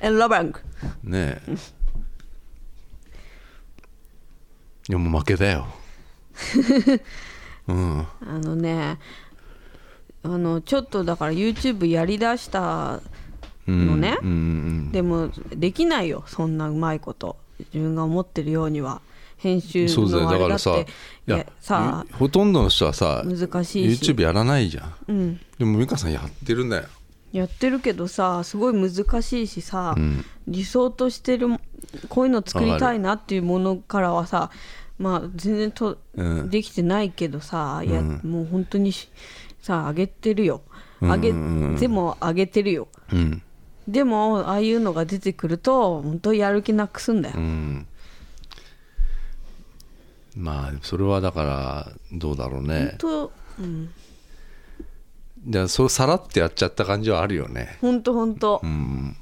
えラバンクねえでも負けだ ようんあのねあのちょっとだから YouTube やりだしたうんのねうんうんでもできないよそんなうまいこと自分が思ってるようには編集そうだよのあだかれだらっさていやいやさゆほとんどの人はさ難しいし YouTube やらないじゃんうん、でも美香さんやってるんだよやってるけどさすごい難しいしさ、うん理想としてるこういうの作りたいなっていうものからはさまあ全然と、うんできてないけどさいや、もう本当にしさあげてるよあげ、でもあげてるようんでもああいうのが出てくると本当やる気なくすんだよ、うんまあそれはだからどうだろう本ね当うんじゃあそれさらってやっちゃった感じはあるよね本当本当、うん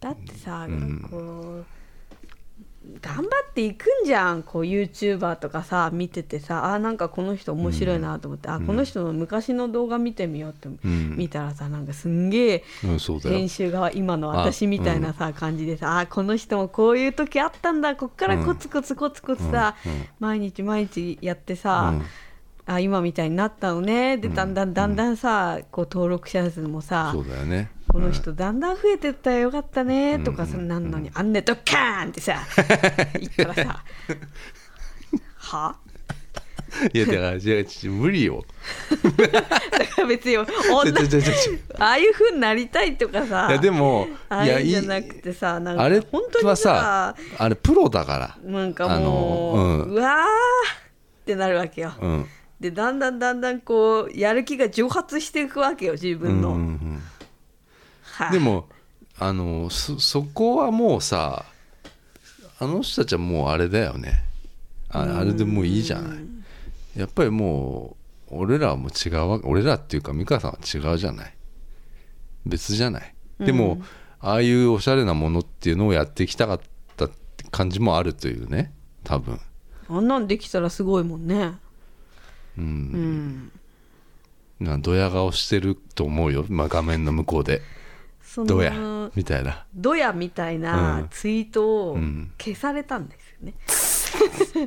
だってさ、こう頑張っていくんじゃんこう YouTuber とかさ見ててさあーなんかこの人面白いなと思って、あこの人の昔の動画見てみようって、ん見たらさなんかすんげえうんそうだよ編集が今の私みたいなさ、感じでさあーこの人もこういう時あったんだこっからコツコツコツコツさ、毎日毎日やってさ、あー今みたいになったのねでだんだんだんだんさ、こう登録者数もさそうだよねこの人だんだん増えてったらよかったねとかさなんのにあんねとカーンっ てさ言ったらさはいやだからじゃあち無理よだから別にち女ょちょちょちょああいうふうになりたいとかさいやでもああいやいうんじゃなくてさなんかあれ本当はさにさあれプロだからなんかもう、あのうんうわーってなるわけよ、うんでだんだんだんだんこうやる気が蒸発していくわけよ自分の、うんうんうんはいでもあのそそこはもうさあの人たちはもうあれだよねああれでもういいじゃないやっぱりもう俺らはもう違うわ俺らっていうか美香さんは違うじゃない別じゃないでも、ああいうおしゃれなものっていうのをやっていきたかったって感じもあるというね多分あんなんできたらすごいもんねうんうんなドヤ顔してると思うよ、まあ、画面の向こうでそのドヤみたいなドヤみたいなツイートをうん消されたんですよね、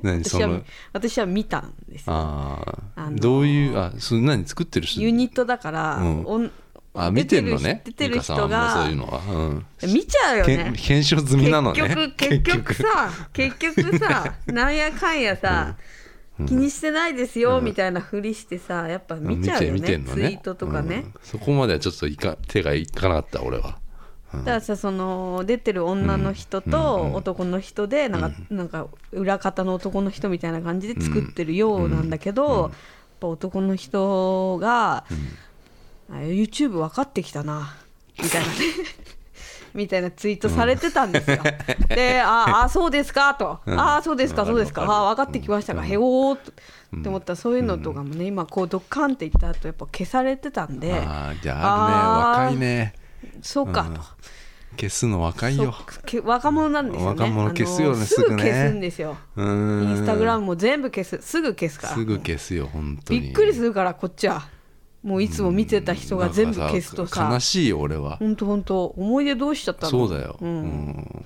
何私そはの私は見たんですよああ、あのーどういうあそれ何作ってる人ユニットだから、うんおんあ見てるのね出てる美香人さんはもうがそういうのは、うん見ちゃうよけねん検証済みなの結ね局結 局さ結局さなんやかんやさ、気にしてないですよみたいなふりしてさやっぱ見ちゃうよね,、見て見てんのツイねートとかね、うんそこまではちょっといか手がいかなかった俺はだからさその出てる女の人と男の人でなんか,、なんか裏方の男の人みたいな感じで作ってるようなんだけど、やっぱ男の人が、あ YouTube 分かってきたなみたいなね みたいなツイートされてたんです よ。で「ああそうですか」と「ああそうですかそうですかわかるわかるあ分かってきましたか、へおーっと」って思ったらそういうのとかもね今こうドッカンっていった後やっぱ消されてたんでああじゃああるね若いねそうかと。消すの若いよそうけ若者なんですよね若者消すよねあのすぐね消すんですようイーんンスタグラムも全部消すすぐ消すからすぐ消すよ本当にびっくりするからこっちはもういつも見てた人が全部消すなとんかさ悲しいよ俺は、ほんとほんと思い出どうしちゃったのそうだよ、んうん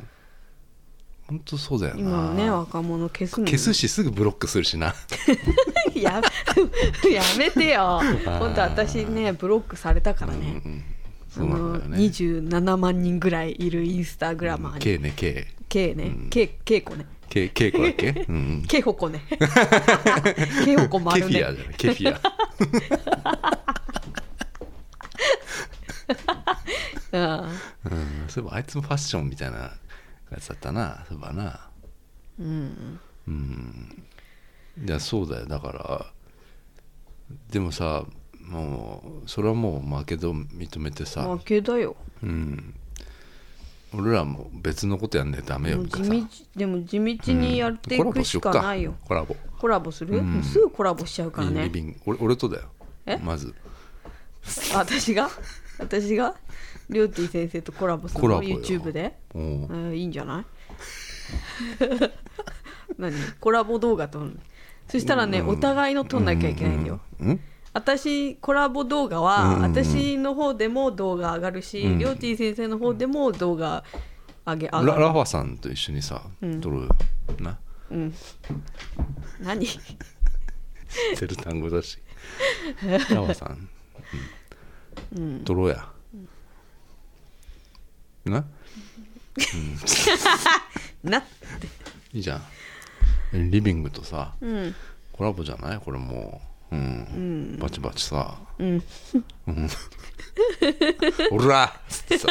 本当そうだよな今のね若者消すの消 すしすぐブロックするしな ややめてよ本当私ねブロックされたからねそうなんだよねあの27万人ぐらいいるインスタグラマーに、 K ね K けいねけいけい こね K K 子だっ けうんけいほこねけいほこもあケるフねィアじゃないケ フィアうんそういえばあいつもファッションみたいなやつだったなそういえばなうんうんいやそうだよだからでもさもうそれはもう負けど認めてうん、さ負、けだようん、俺らも別のことやんねえとダメよもうみ地たいな道でも地道にやっていくしかないよ、コラボしよコラボする、もうすぐコラボしちゃうっかからリンリねビン俺俺とだよえまずあ私が 私がりょうてぃ先生とコラボするコラのボよ YouTube で、おうえーいいんじゃない 何コラボ動画撮るのそしたらね、お互いの撮んなきゃいけないんだよ、うん私コラボ動画は、私の方でも動画上がるし、りょうてぃ先生の方でも動画上げ上ラがるラファさんと一緒にさ、撮るなうん何 知ってる単語だしラファさん、うん撮ろうや、なないいじゃんリビングとさうんコラボじゃないこれもう、うんバチバチさうんうん 「おら!」っつってさ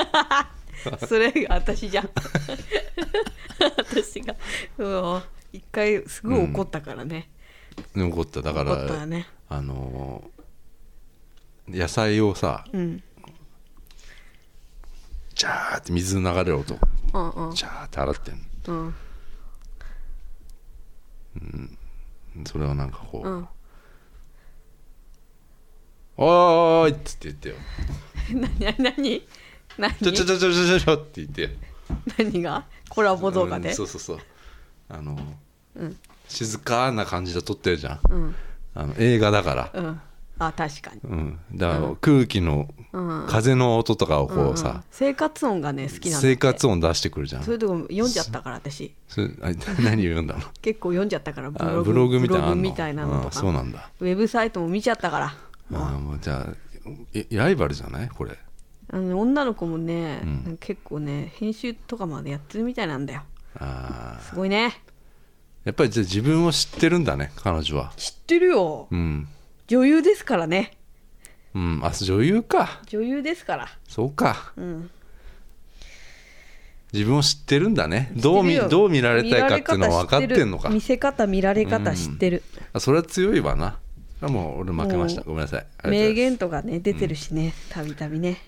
それが私じゃん私がうお一回すごい怒ったからね、残っただか怒ったららねあのー野菜をさうんジャーって水の流れる音うんうんジャーって洗ってんのうんそれをなんかこう「うんおーい!」っつって言ってよ何何何「ちょちょちょちょちょちょ」って言ってよ何がコラボ動画うでんそうそうそうあのーうん静かな感じで撮ってるじゃんうんあの映画だからうんあ確かにうん、だから空気のうん風の音とかをうこんうんうさ、生活音がね好きなんだ生活音出してくるじゃんそういうとこ読んじゃったから私それあ 何を読んだの結構読んじゃったからブあロブグログみたいなのあんブのログみたいなのとあそうかなんだウェブサイトも見ちゃったからあもうじゃあえライバルじゃないこれあの女の子もね、うんなんか結構ね編集とかまでやってるみたいなんだよあーすごいねやっぱりじゃあ自分を知ってるんだね彼女は知ってるようん女優ですからねうんあ女優か女優ですからそうかうん自分を知ってるんだねどう知見ってるよどう見られたいかっていうのは分かっ見られ方知てんのか見せ方見られ方知ってる、あそれは強いわなあもう俺負けましたもうごめんなさいありがとう名ございま言とかね出てるしねたびたびね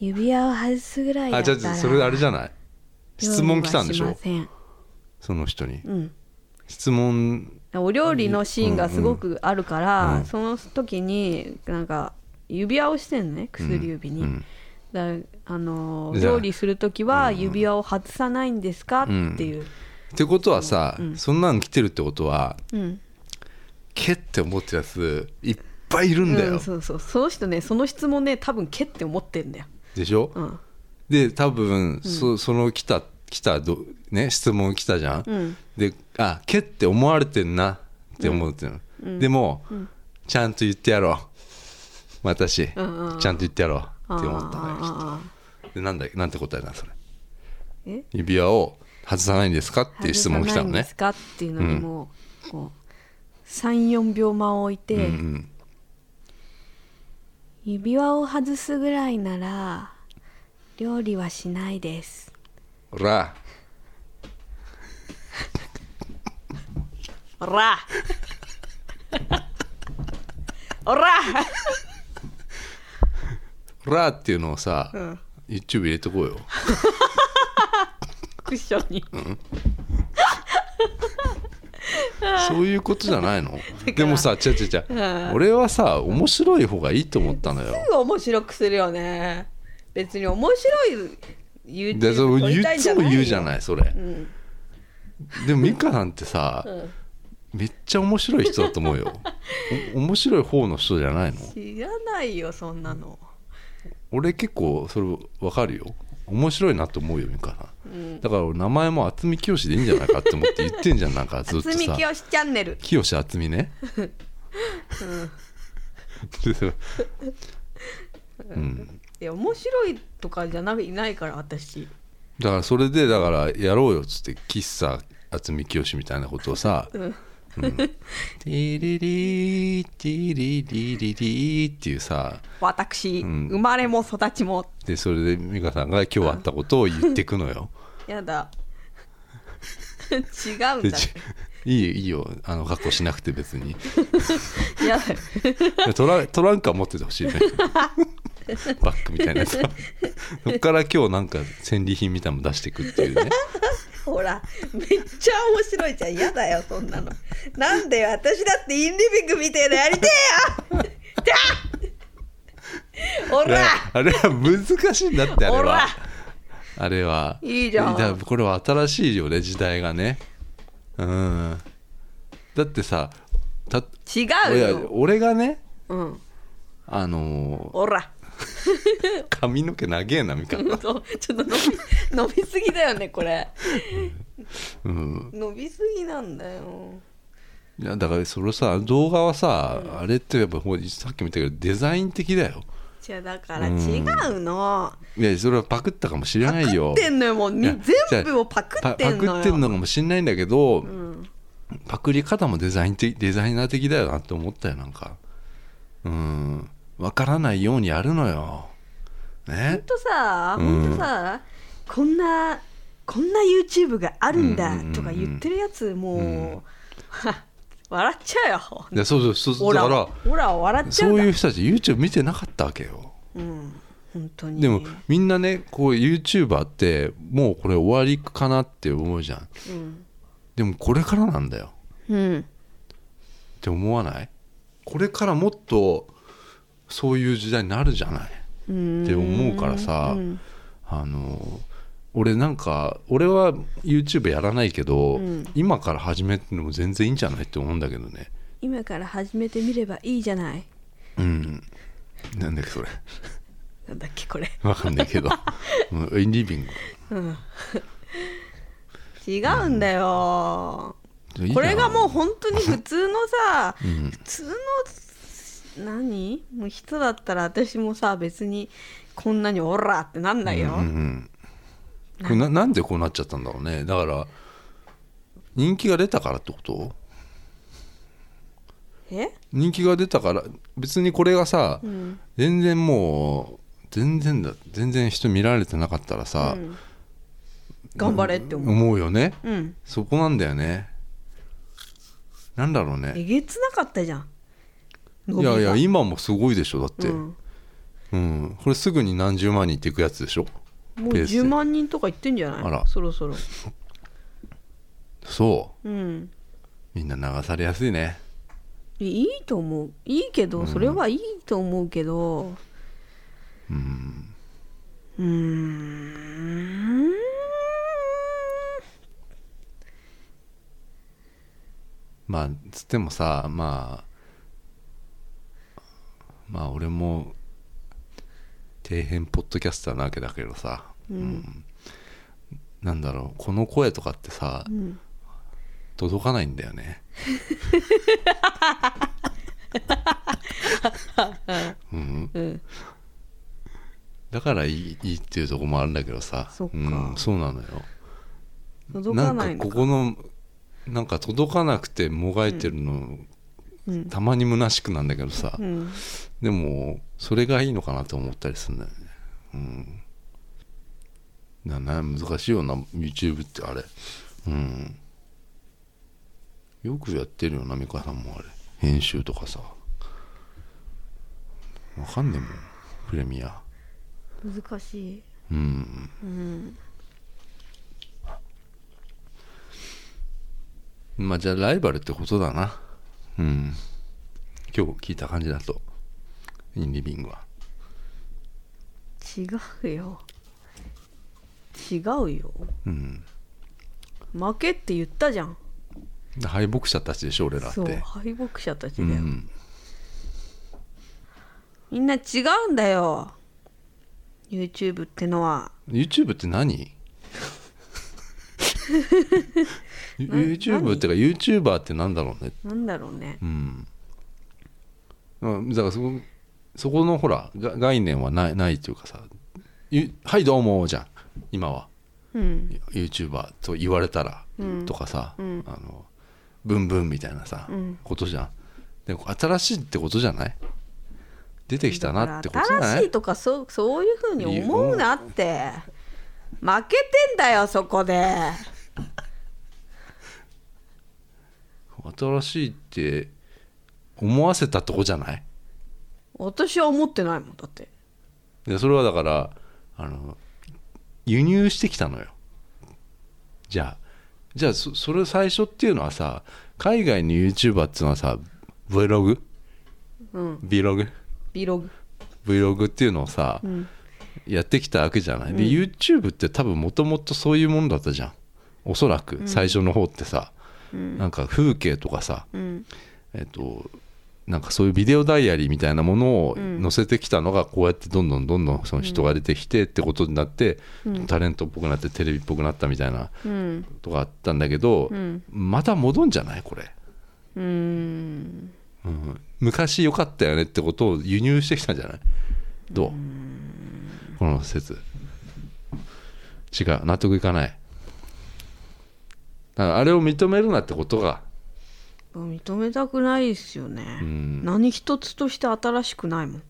指輪を外すぐらいすあだっじたゃあらじゃあそれあれじゃない質問来たんでしょ用意はませんその人にうん質問お料理のシーンがすごくあるから、その時になんか指輪をしてんのね薬指に、うんだあのじゃあ料理する時は指輪を外さないんですか、んっていう、ってことはさ、そんなの来てるってことはうんけって思ってるやついっぱいいるんだよ、うん、そうそうその人ねその質問ね多分けって思ってんだよ、でしょ、うんで多分そその来た来たど、ね、質問来たじゃん、うんであけって思われてんなって思ってるの、でも、ちゃんと言ってやろう私、んうんうんちゃんと言ってやろうって思ったのよきっあとでなんだなんて答えなのそれーえ指輪を外さないんですかっていう質問来たの外さないんでねすかっていうのにもう,、こう34秒間を置いて、うんうん指輪を外すぐらいなら料理はしないですほらおらおらほらっていうのをさ、ん YouTube 入れてこうよクッションにそういうことじゃない のでもさ違う違う違う俺はさ面白い方がいいと思ったのよすぐ面白くするよね別に面白い YouTube でそう撮いりたいんじつゃもない言うじゃい、ないそれうんでも美香さんってさうんめっちゃ面白い人だと思う よお面白い方の人じゃないの知らないよそんなの、俺結構それ分かるよ面白いなと思うよ美香さうんん、だから俺名前も渥美清でいいんじゃないかって思って言ってんじゃんなんかずっと渥美さ清チャンネル清し渥美ねうん、いや面白いとかじゃなくいないから私だからそれでだからやろうよっつって喫茶渥美清みたいなことをさ「うんうん、ティリリーティリリリリー」っていうさ私、うん生まれも育ちもでそれで美香さんが今日あったことを言ってくのよ。やだ 違うんでだちいいよいいよあの格好しなくて別にやだトラトランカー持っててほしいねバッグみたいなやつそっから今日なんか戦利品みたいなの出してくっていうねほらめっちゃ面白いじゃんやだよそんなのなんで私だってインリビングみたいなのやりてえよ だほいやらあれは難しいんだってあれほらはあれはいいじゃんだからこれは新しいよね時代がねうんだってさた違う俺よ俺がねうんあのほらー髪の毛長えなみ かんちょっと飲み飲みすぎだよねこれうん伸びすぎなんだよいやだからそれさ動画はさ、あれってやっぱほらさっきも言ったけどデザイン的だよじゃあだから違うのいやそれはパクったかもしれパないクよってんのよもういやにじゃ全あ部をパクパってんのよパクってんのかもしれないんだけど、うんパクり方もデザイン的デザイナー的だよなって思ったよなんかうんわからないようにやるのよほんねとさ、うんほんとさ、こんな、こんな YouTube があるんだうんとか言ってるやつ、もう、うんは 笑っちゃうよ。いやそうそうそうほだら、かほら、笑っらちゃうそうんだいう人たち YouTube 見てなかったわけようん、本当に。でもみんなねこう YouTuber ってもうこれ終わりかなって思うじゃんうん、でもこれからなんだようん、って思わないこれからもっとそういう時代になるじゃないうんって思うからさうんあの俺なんか俺は YouTube やらないけど、うん今から始めてのも全然いいんじゃないって思うんだけどね今から始めてみればいいじゃない。うんなんだっけそれなんだっけ、これ。わかんない けどうんインリビング違うんだよ。いいじゃんこれがもう本当に普通のさ、ん普通の何もう人だったら私もさ別にこんなに「オラ!」ってなんないうよ、んうんこれななんでこうなっちゃったんだろうねだから人気が出たからってことえ人気が出たから別にこれがさ、ん全然もう全然だ全然人見られてなかったらさ、うん頑張れって思う、思うよねうんそこなんだよねなんだろうえねげつなかったじゃんいやいやい今もすごいでしょだって、ううんん、これすぐに何十万人っていくやつでしょもうペースで10万人とかいってんじゃないあらそろそろそうんうみんな流されやすいねいいと思ういいけどそれはいいと思うけどうんーんまあつってもさまあまあ俺も底辺ポッドキャスターなわけだけどさ、うんなんだろうこの声とかってさ、ん届かないんだよ ねうんうんだからいいいいっていうとこもあるんだけどさそっかうん、そうなのよ届かないんのかかここのなんか届かなくてもがいてるの、うんたまに虚しくなんだけどさ、うんでもそれがいいのかなと思ったりするんだよねうんなな難しいよな YouTube ってあれうんよくやってるよな美香さんもあれ編集とかさわかんねえもんプレミア難しいうんうんまあじゃあライバルってことだなうん今日聞いた感じだとインリビングは違うよ違うようん負けって言ったじゃんで敗北者たちでしょ俺らってそう敗北者たちうだよ、んみんな違うんだよ YouTube ってのは YouTube って 何な YouTube ってか YouTuber ってなんだろうねなんだろうねうんまあだからそのそこのほらが概念はないないというかさ「ゆはいどうも」じゃん今はうん、 YouTuber と言われたらうんとかさ、うんあのブンブンみたいなさ、うんことじゃんでも新しいってことじゃない出てきたなってことだじかゃらな新しいいとかそうそういうふうに思うなって負けてんだよそこで新しいって思わせたとこじゃない私は思ってないもんだってでそれはだからあの輸入してきたのよじゃあじゃあそそれ最初っていうのはさ海外の YouTuber っていうのはさ Vlog?Vlog?Vlog、うんビログ Vlog っていうのをさ、んやってきたわけじゃない、で YouTube って多分もともとそういうものだったじゃんおそらく最初の方ってさ、なんか風景とかさ、うんえっとなんかそういうビデオダイアリーみたいなものを載せてきたのがこうやってどんどんどんどんその人が出てきてってことになって、タレントっぽくなってテレビっぽくなったみたいなうんとかあったんだけど、んまた戻んじゃないこれ、うんうん昔良かったよねってことを輸入してきたんじゃないどうこの説違う納得いかないだからあれを認めるなってことが認めたくないですよね、うん何一つとして新しくないもん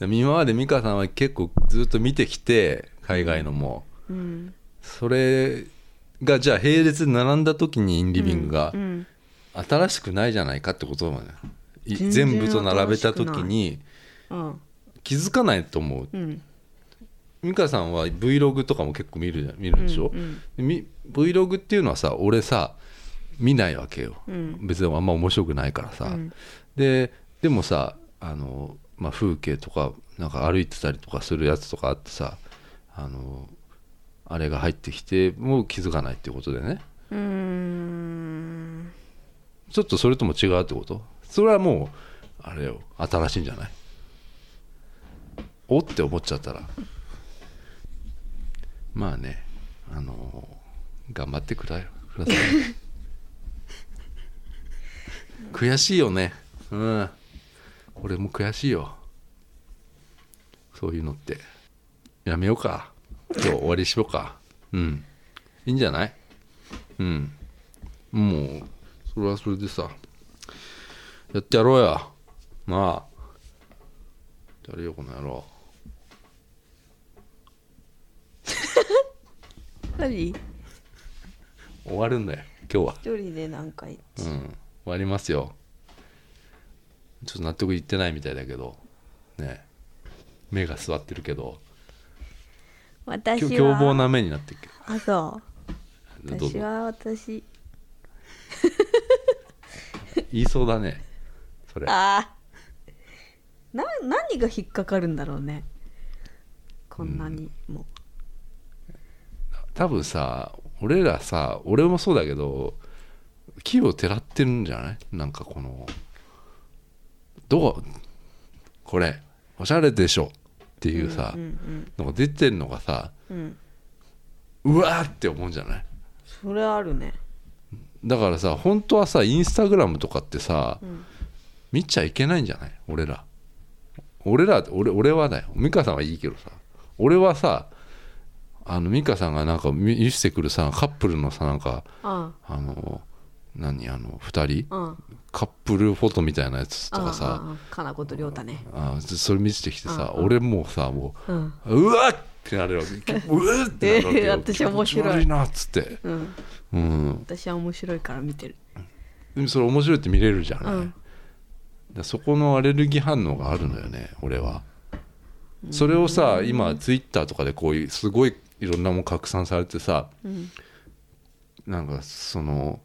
でも今まで美香さんは結構ずっと見てきて海外のもうんそれがじゃあ並列に並んだ時にインリビングがうん新しくないじゃないかってことなのよい全然全部と並べた時にうん気づかないと思ううん美香さんは Vlog とかも結構見るじゃん見るでしょ、うんみ Vlog っていうのはさ俺さ見ないわけよ、うん別にあんま面白くないからさ、うんででもさあの、まあ、風景とかなんか歩いてたりとかするやつとかあってさあのあれが入ってきても気づかないっていうことでねうーんちょっとそれとも違うってことそれはもうあれよ新しいんじゃないおって思っちゃったらまあねあの頑張ってくだください悔しいよねうん俺も悔しいよそういうのってやめようか今日終わりしようかうんいいんじゃないうんもうそれはそれでさやってやろうやなあやるよこの野郎何一終わるんだよ今日は人で何か言っうんて終わりますよちょっと納得いってないみたいだけどね目が座ってるけど私今は日凶暴な目になってるけあそうどどう私ぞは私言いそうだねそれあーな何が引っかかるんだろうねこんなにも、多分さ俺らさ俺もそうだけど木をてらってるんじゃないなんかこのどうこれおしゃれでしょっていうさ、うんのが出てるのがさうんうんうわーって思うんじゃないそれあるねだからさ本当はさインスタグラムとかってさ、ん見ちゃいけないんじゃない俺ら俺ら俺俺はだよ美香さんはいいけどさ俺はさあの美香さんがなんか見見せてくるさカップルのさなんかああの何あの2人あうんカップルフォトみたいなやつとかうさんうんうんかなことりょうたねあそれ見せてきてさうんうん俺もうさもうんううわっってなるわけうわっってなるわけえよー私面 気持白いち悪いなっつってうんうん私は面白いから見てるでもそれ面白いって見れるじゃない、うんだそこのアレルギー反応があるのよね俺はそれをさ今ツイッターとかでこういうすごいいろんなもん拡散されてさうんなんかその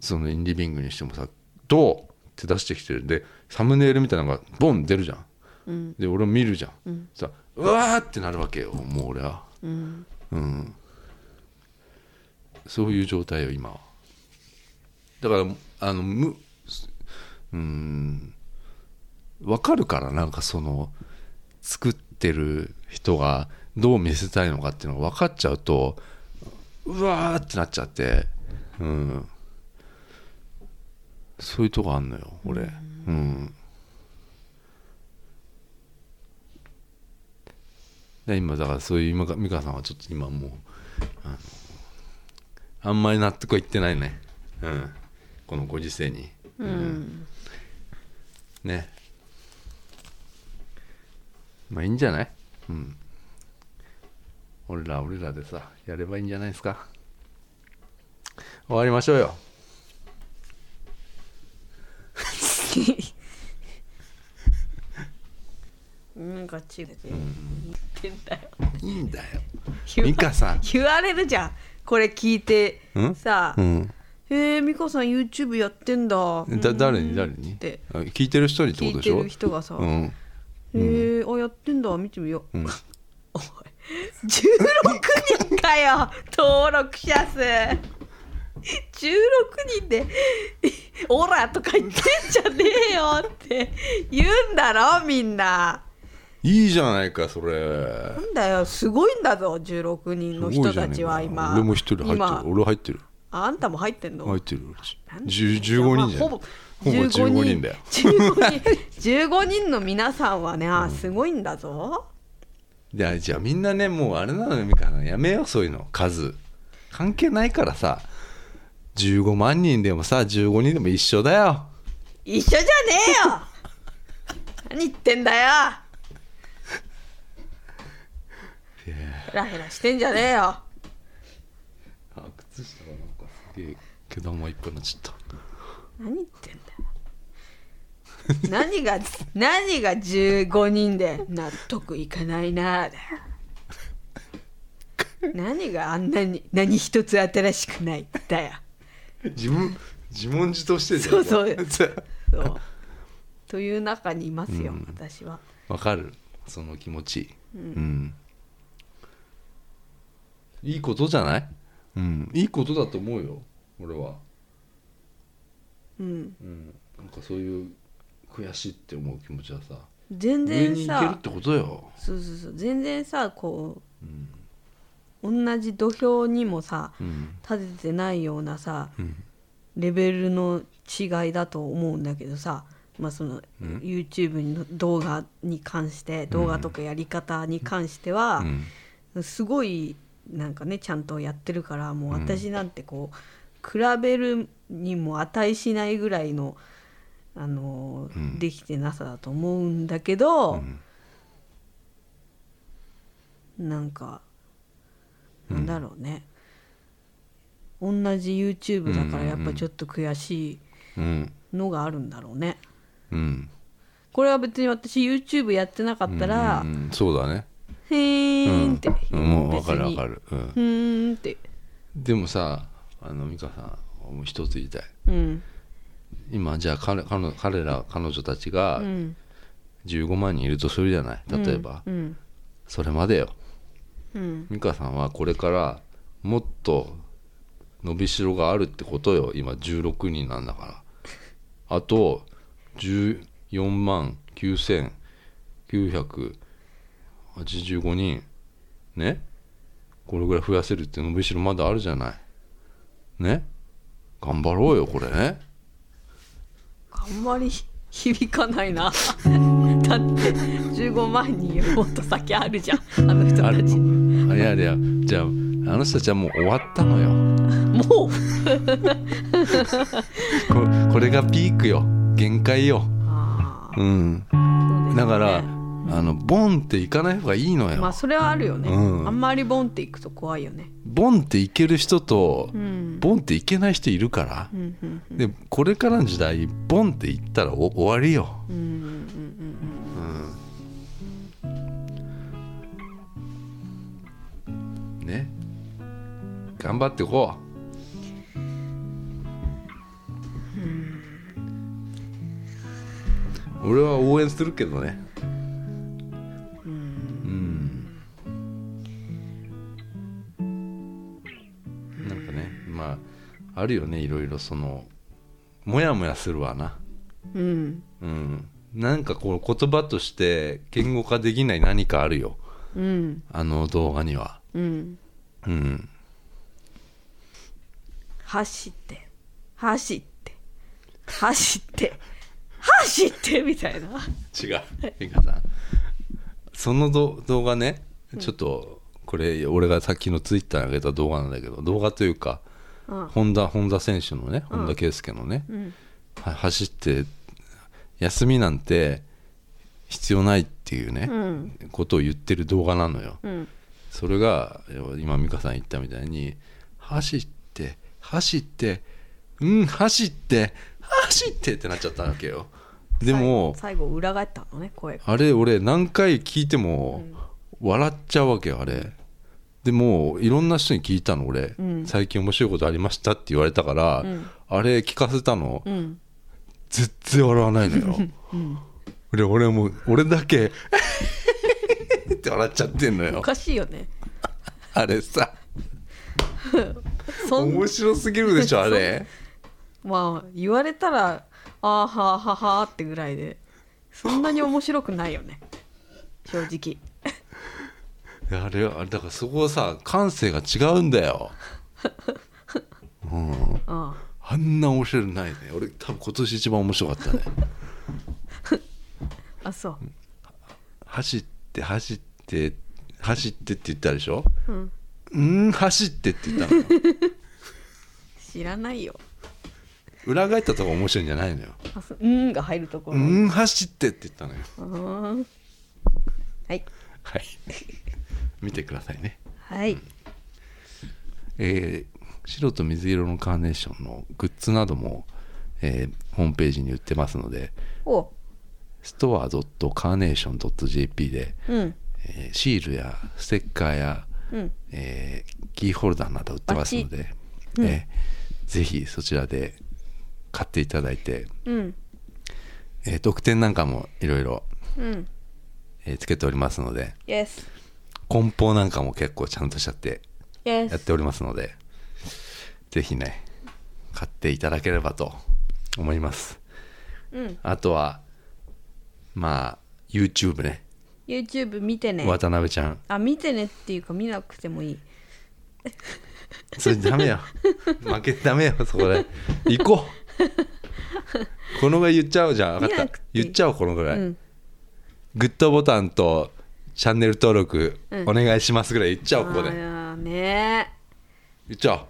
そのインリビングにしてもさ「どう?」って出してきてるでサムネイルみたいなのがボン出るじゃんうんで俺も見るじゃん、うんさうわーってなるわけよもう俺はうんうんそういう状態よ今はだからあのむうんわかるからなんかその作ってる人がどう見せたいのかっていうのが分かっちゃうとうわーってなっちゃってうんそういうとこあんのよ俺うんで今だからそういう今か美香さんはちょっと今もうあのあんまり納得はいってないね、うん、このご時世に、うんねまあいいんじゃないうん俺らは俺らでさやればいいんじゃないですか終わりましょうよなんか違う言ってんだよいいんだよ言わ美香さん言われるじゃんこれ聞いてんさあうんえー、美香さん YouTube やってんだだ誰に誰にってあ聞いてる人にって聞ことでいしてょる人がさ、うんえー、あやってんだ見てみよう、うん おい16人かよ登録者数16人で「オラ」とか言ってんじゃねえよって言うんだろみんないいじゃないかそれなんだよすごいんだぞ16人の人たちは今俺も一人入って今る俺入ってるあんたも入ってんの入ってるなんだ10 15人じゃんまあほぼほぼ15人だよ15人15人の皆さんはねあすごいんだぞ、いやじゃあみんなねもうあれなのよみかんやめようそういうの数関係ないからさ15万人でもさ15人でも一緒だよ一緒じゃね えよ何言ってんだよヘラヘラしてんじゃねえよあ靴下がなんかすげえ毛玉いっぱいになっちゃった何言ってん だよ何が何が15人で納得いかないなあだよ何があんなに何一つ新しくないんだよ自分自問自答してるじゃんそうそうお前そうという中にいますよ、私はわかるその気持ちうん、いいことじゃないうんいいことだと思うよ俺はうんうんなんかそういう悔しいって思う気持ちはさ全上然に行けるっさてことよそうそうそう全然さこう、同じ土俵にもさうん立ててないようなさうんレベルの違いだと思うんだけどさまあその、YouTube の動画に関して動画とかやり方に関しては、すごいなんかねちゃんとやってるからもう私なんてこう、比べるにも値しないぐらいの、あのーできてなさだと思うんだけど、なんかなんだろうね、同じ YouTube だからやっぱちょっと悔しうんいのがあるんだろうね。うんこれは別に私 YouTube やってなかったらう、んそうだねへーんって、うんもう分かる分かる。る、うん、ふーんって。でもさあの美香さんもう一つ言いたいうん。今じゃあ彼彼彼ら彼女たちがうん15万人いるとするじゃない例えば、うんそれまでようん美香さんはこれからもっと伸びしろがあるってことよ今16人なんだからあと14万9985人ねこれぐらい増やせるって伸びしろまだあるじゃないね頑張ろうよこれねあんまり 響かない なだって15万人よりもっと先あるじゃんあの人あたれちもあれあれやじゃああの人たちはもう終わったのようここれがピークよ限界よあうんーそうですねだから、あのボンって行かない方がいいのよ、まあそれはあるよね、うんあんまりボンっていくと怖いよねボンって行ける人と、うんボンって行けない人いるからう、んうんでこれからの時代ボンって行ったらお終わりよ、うんうんうんね頑張ってこう、俺は応援するけどねうんなんかねまああるよねいろいろそのモヤモヤするわなうんううんんなんかこう言葉として言語化できない何かあるようんあの動画にはうんうん走って走って走って走ってみたいな違う美香さんそのど動画ねちょっとこれ俺がさっきのツイッターに上げた動画なんだけど動画というかうん本田本田選手のねうん本田圭佑のね、うんは走って休みなんて必要ないっていうねう、んことを言ってる動画なのようんそれが今美香さん言ったみたいに走って走ってうん走って走ってってなっちゃったわけよでも、最後最後裏返ったのね声があれ俺何回聞いても笑っちゃうわけよあれでもいろんな人に聞いたの俺、うん最近面白いことありましたって言われたから、うんあれ聞かせたの、うん全然笑わないのよ、俺俺も俺だけ って笑っちゃってんのおよかしいよねあれさそん面白すぎるでしょあれまあ言われたらあーはーはーはーってぐらいでそんなに面白くないよね正直いやあれあれだからそこはさ感性が違うんだようんあんな面白いのないね俺多分今年一番面白かったね あそう走って走って走ってって言ったでしょうんうーん走ってって言ったのよ知らないよ裏返ったとこ面白いんじゃないのよあそううんが入るとこうろーん走ってって言ったのようんはいはい見てくださいねはいえー白と水色のカーネーションのグッズなども、えーホームページに売ってますのでおストア .carnation.jp で、うんえーシールやステッカーや、うんえーキーホルダーなど売ってますので、えーぜひそちらで買っていただいて、うんえー特典なんかもいろいろうんえーつけておりますのでイエス梱包なんかも結構ちゃんとしちゃってイエやっスておりますのでぜひね買っていただければと思いますうんあとはまあ YouTube ね YouTube 見てね渡辺ちゃんあ見てねっていうか見なくてもいいそれダメよ負けダメよそこで行こうこのぐらい言っちゃおうじゃん分か見っなたくていい言っちゃおうこのぐうらい、んグッドボタンとチャンネル登録うんお願いしますぐらい言っちゃおう、ここあでーね言っちゃおう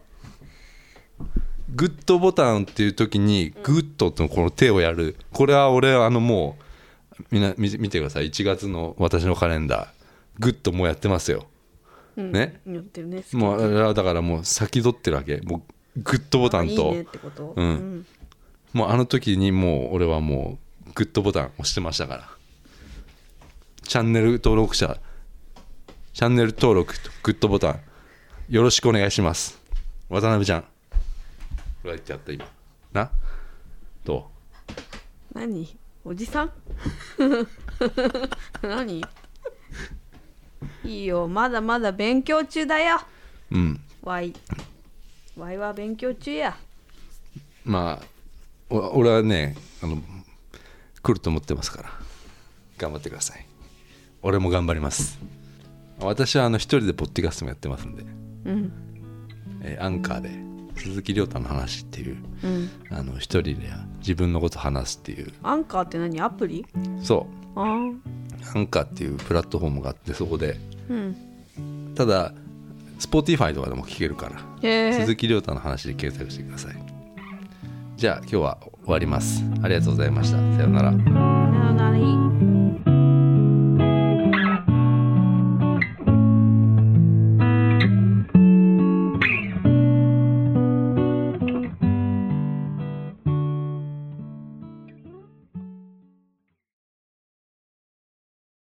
グッドボタンっていう時にグッドとこの手をやるこれは俺はあのもうみんな見見てください1月の私のカレンダーグッドもうやってますよ、うんね言ってるねもうあれはだからもう先取ってるわけもうグッドボタンといいねってことうんもうあの時にもう俺はもうグッドボタン押してましたからチャンネル登録者チャンネル登録とグッドボタンよろしくお願いします渡辺ちゃん俺は言ってやった今など何お じさん何いいよまだまだ勉強中だよううんわいわいは勉強中やまあお俺はねあの来ると思ってますから頑張ってください俺も頑張ります私はあの一人でポッドキャストもやってますんでうんえーアンカーで鈴木亮太の話っていううんあの一人で自分のこと話すっていうアンカーって何アプリそあーうアンカーっていうプラットフォームがあってそこでうんただ Spotify とかでも聞けるからへえ鈴木亮太の話で検索してくださいじゃあ今日は終わりますありがとうございましたさようならさよならいい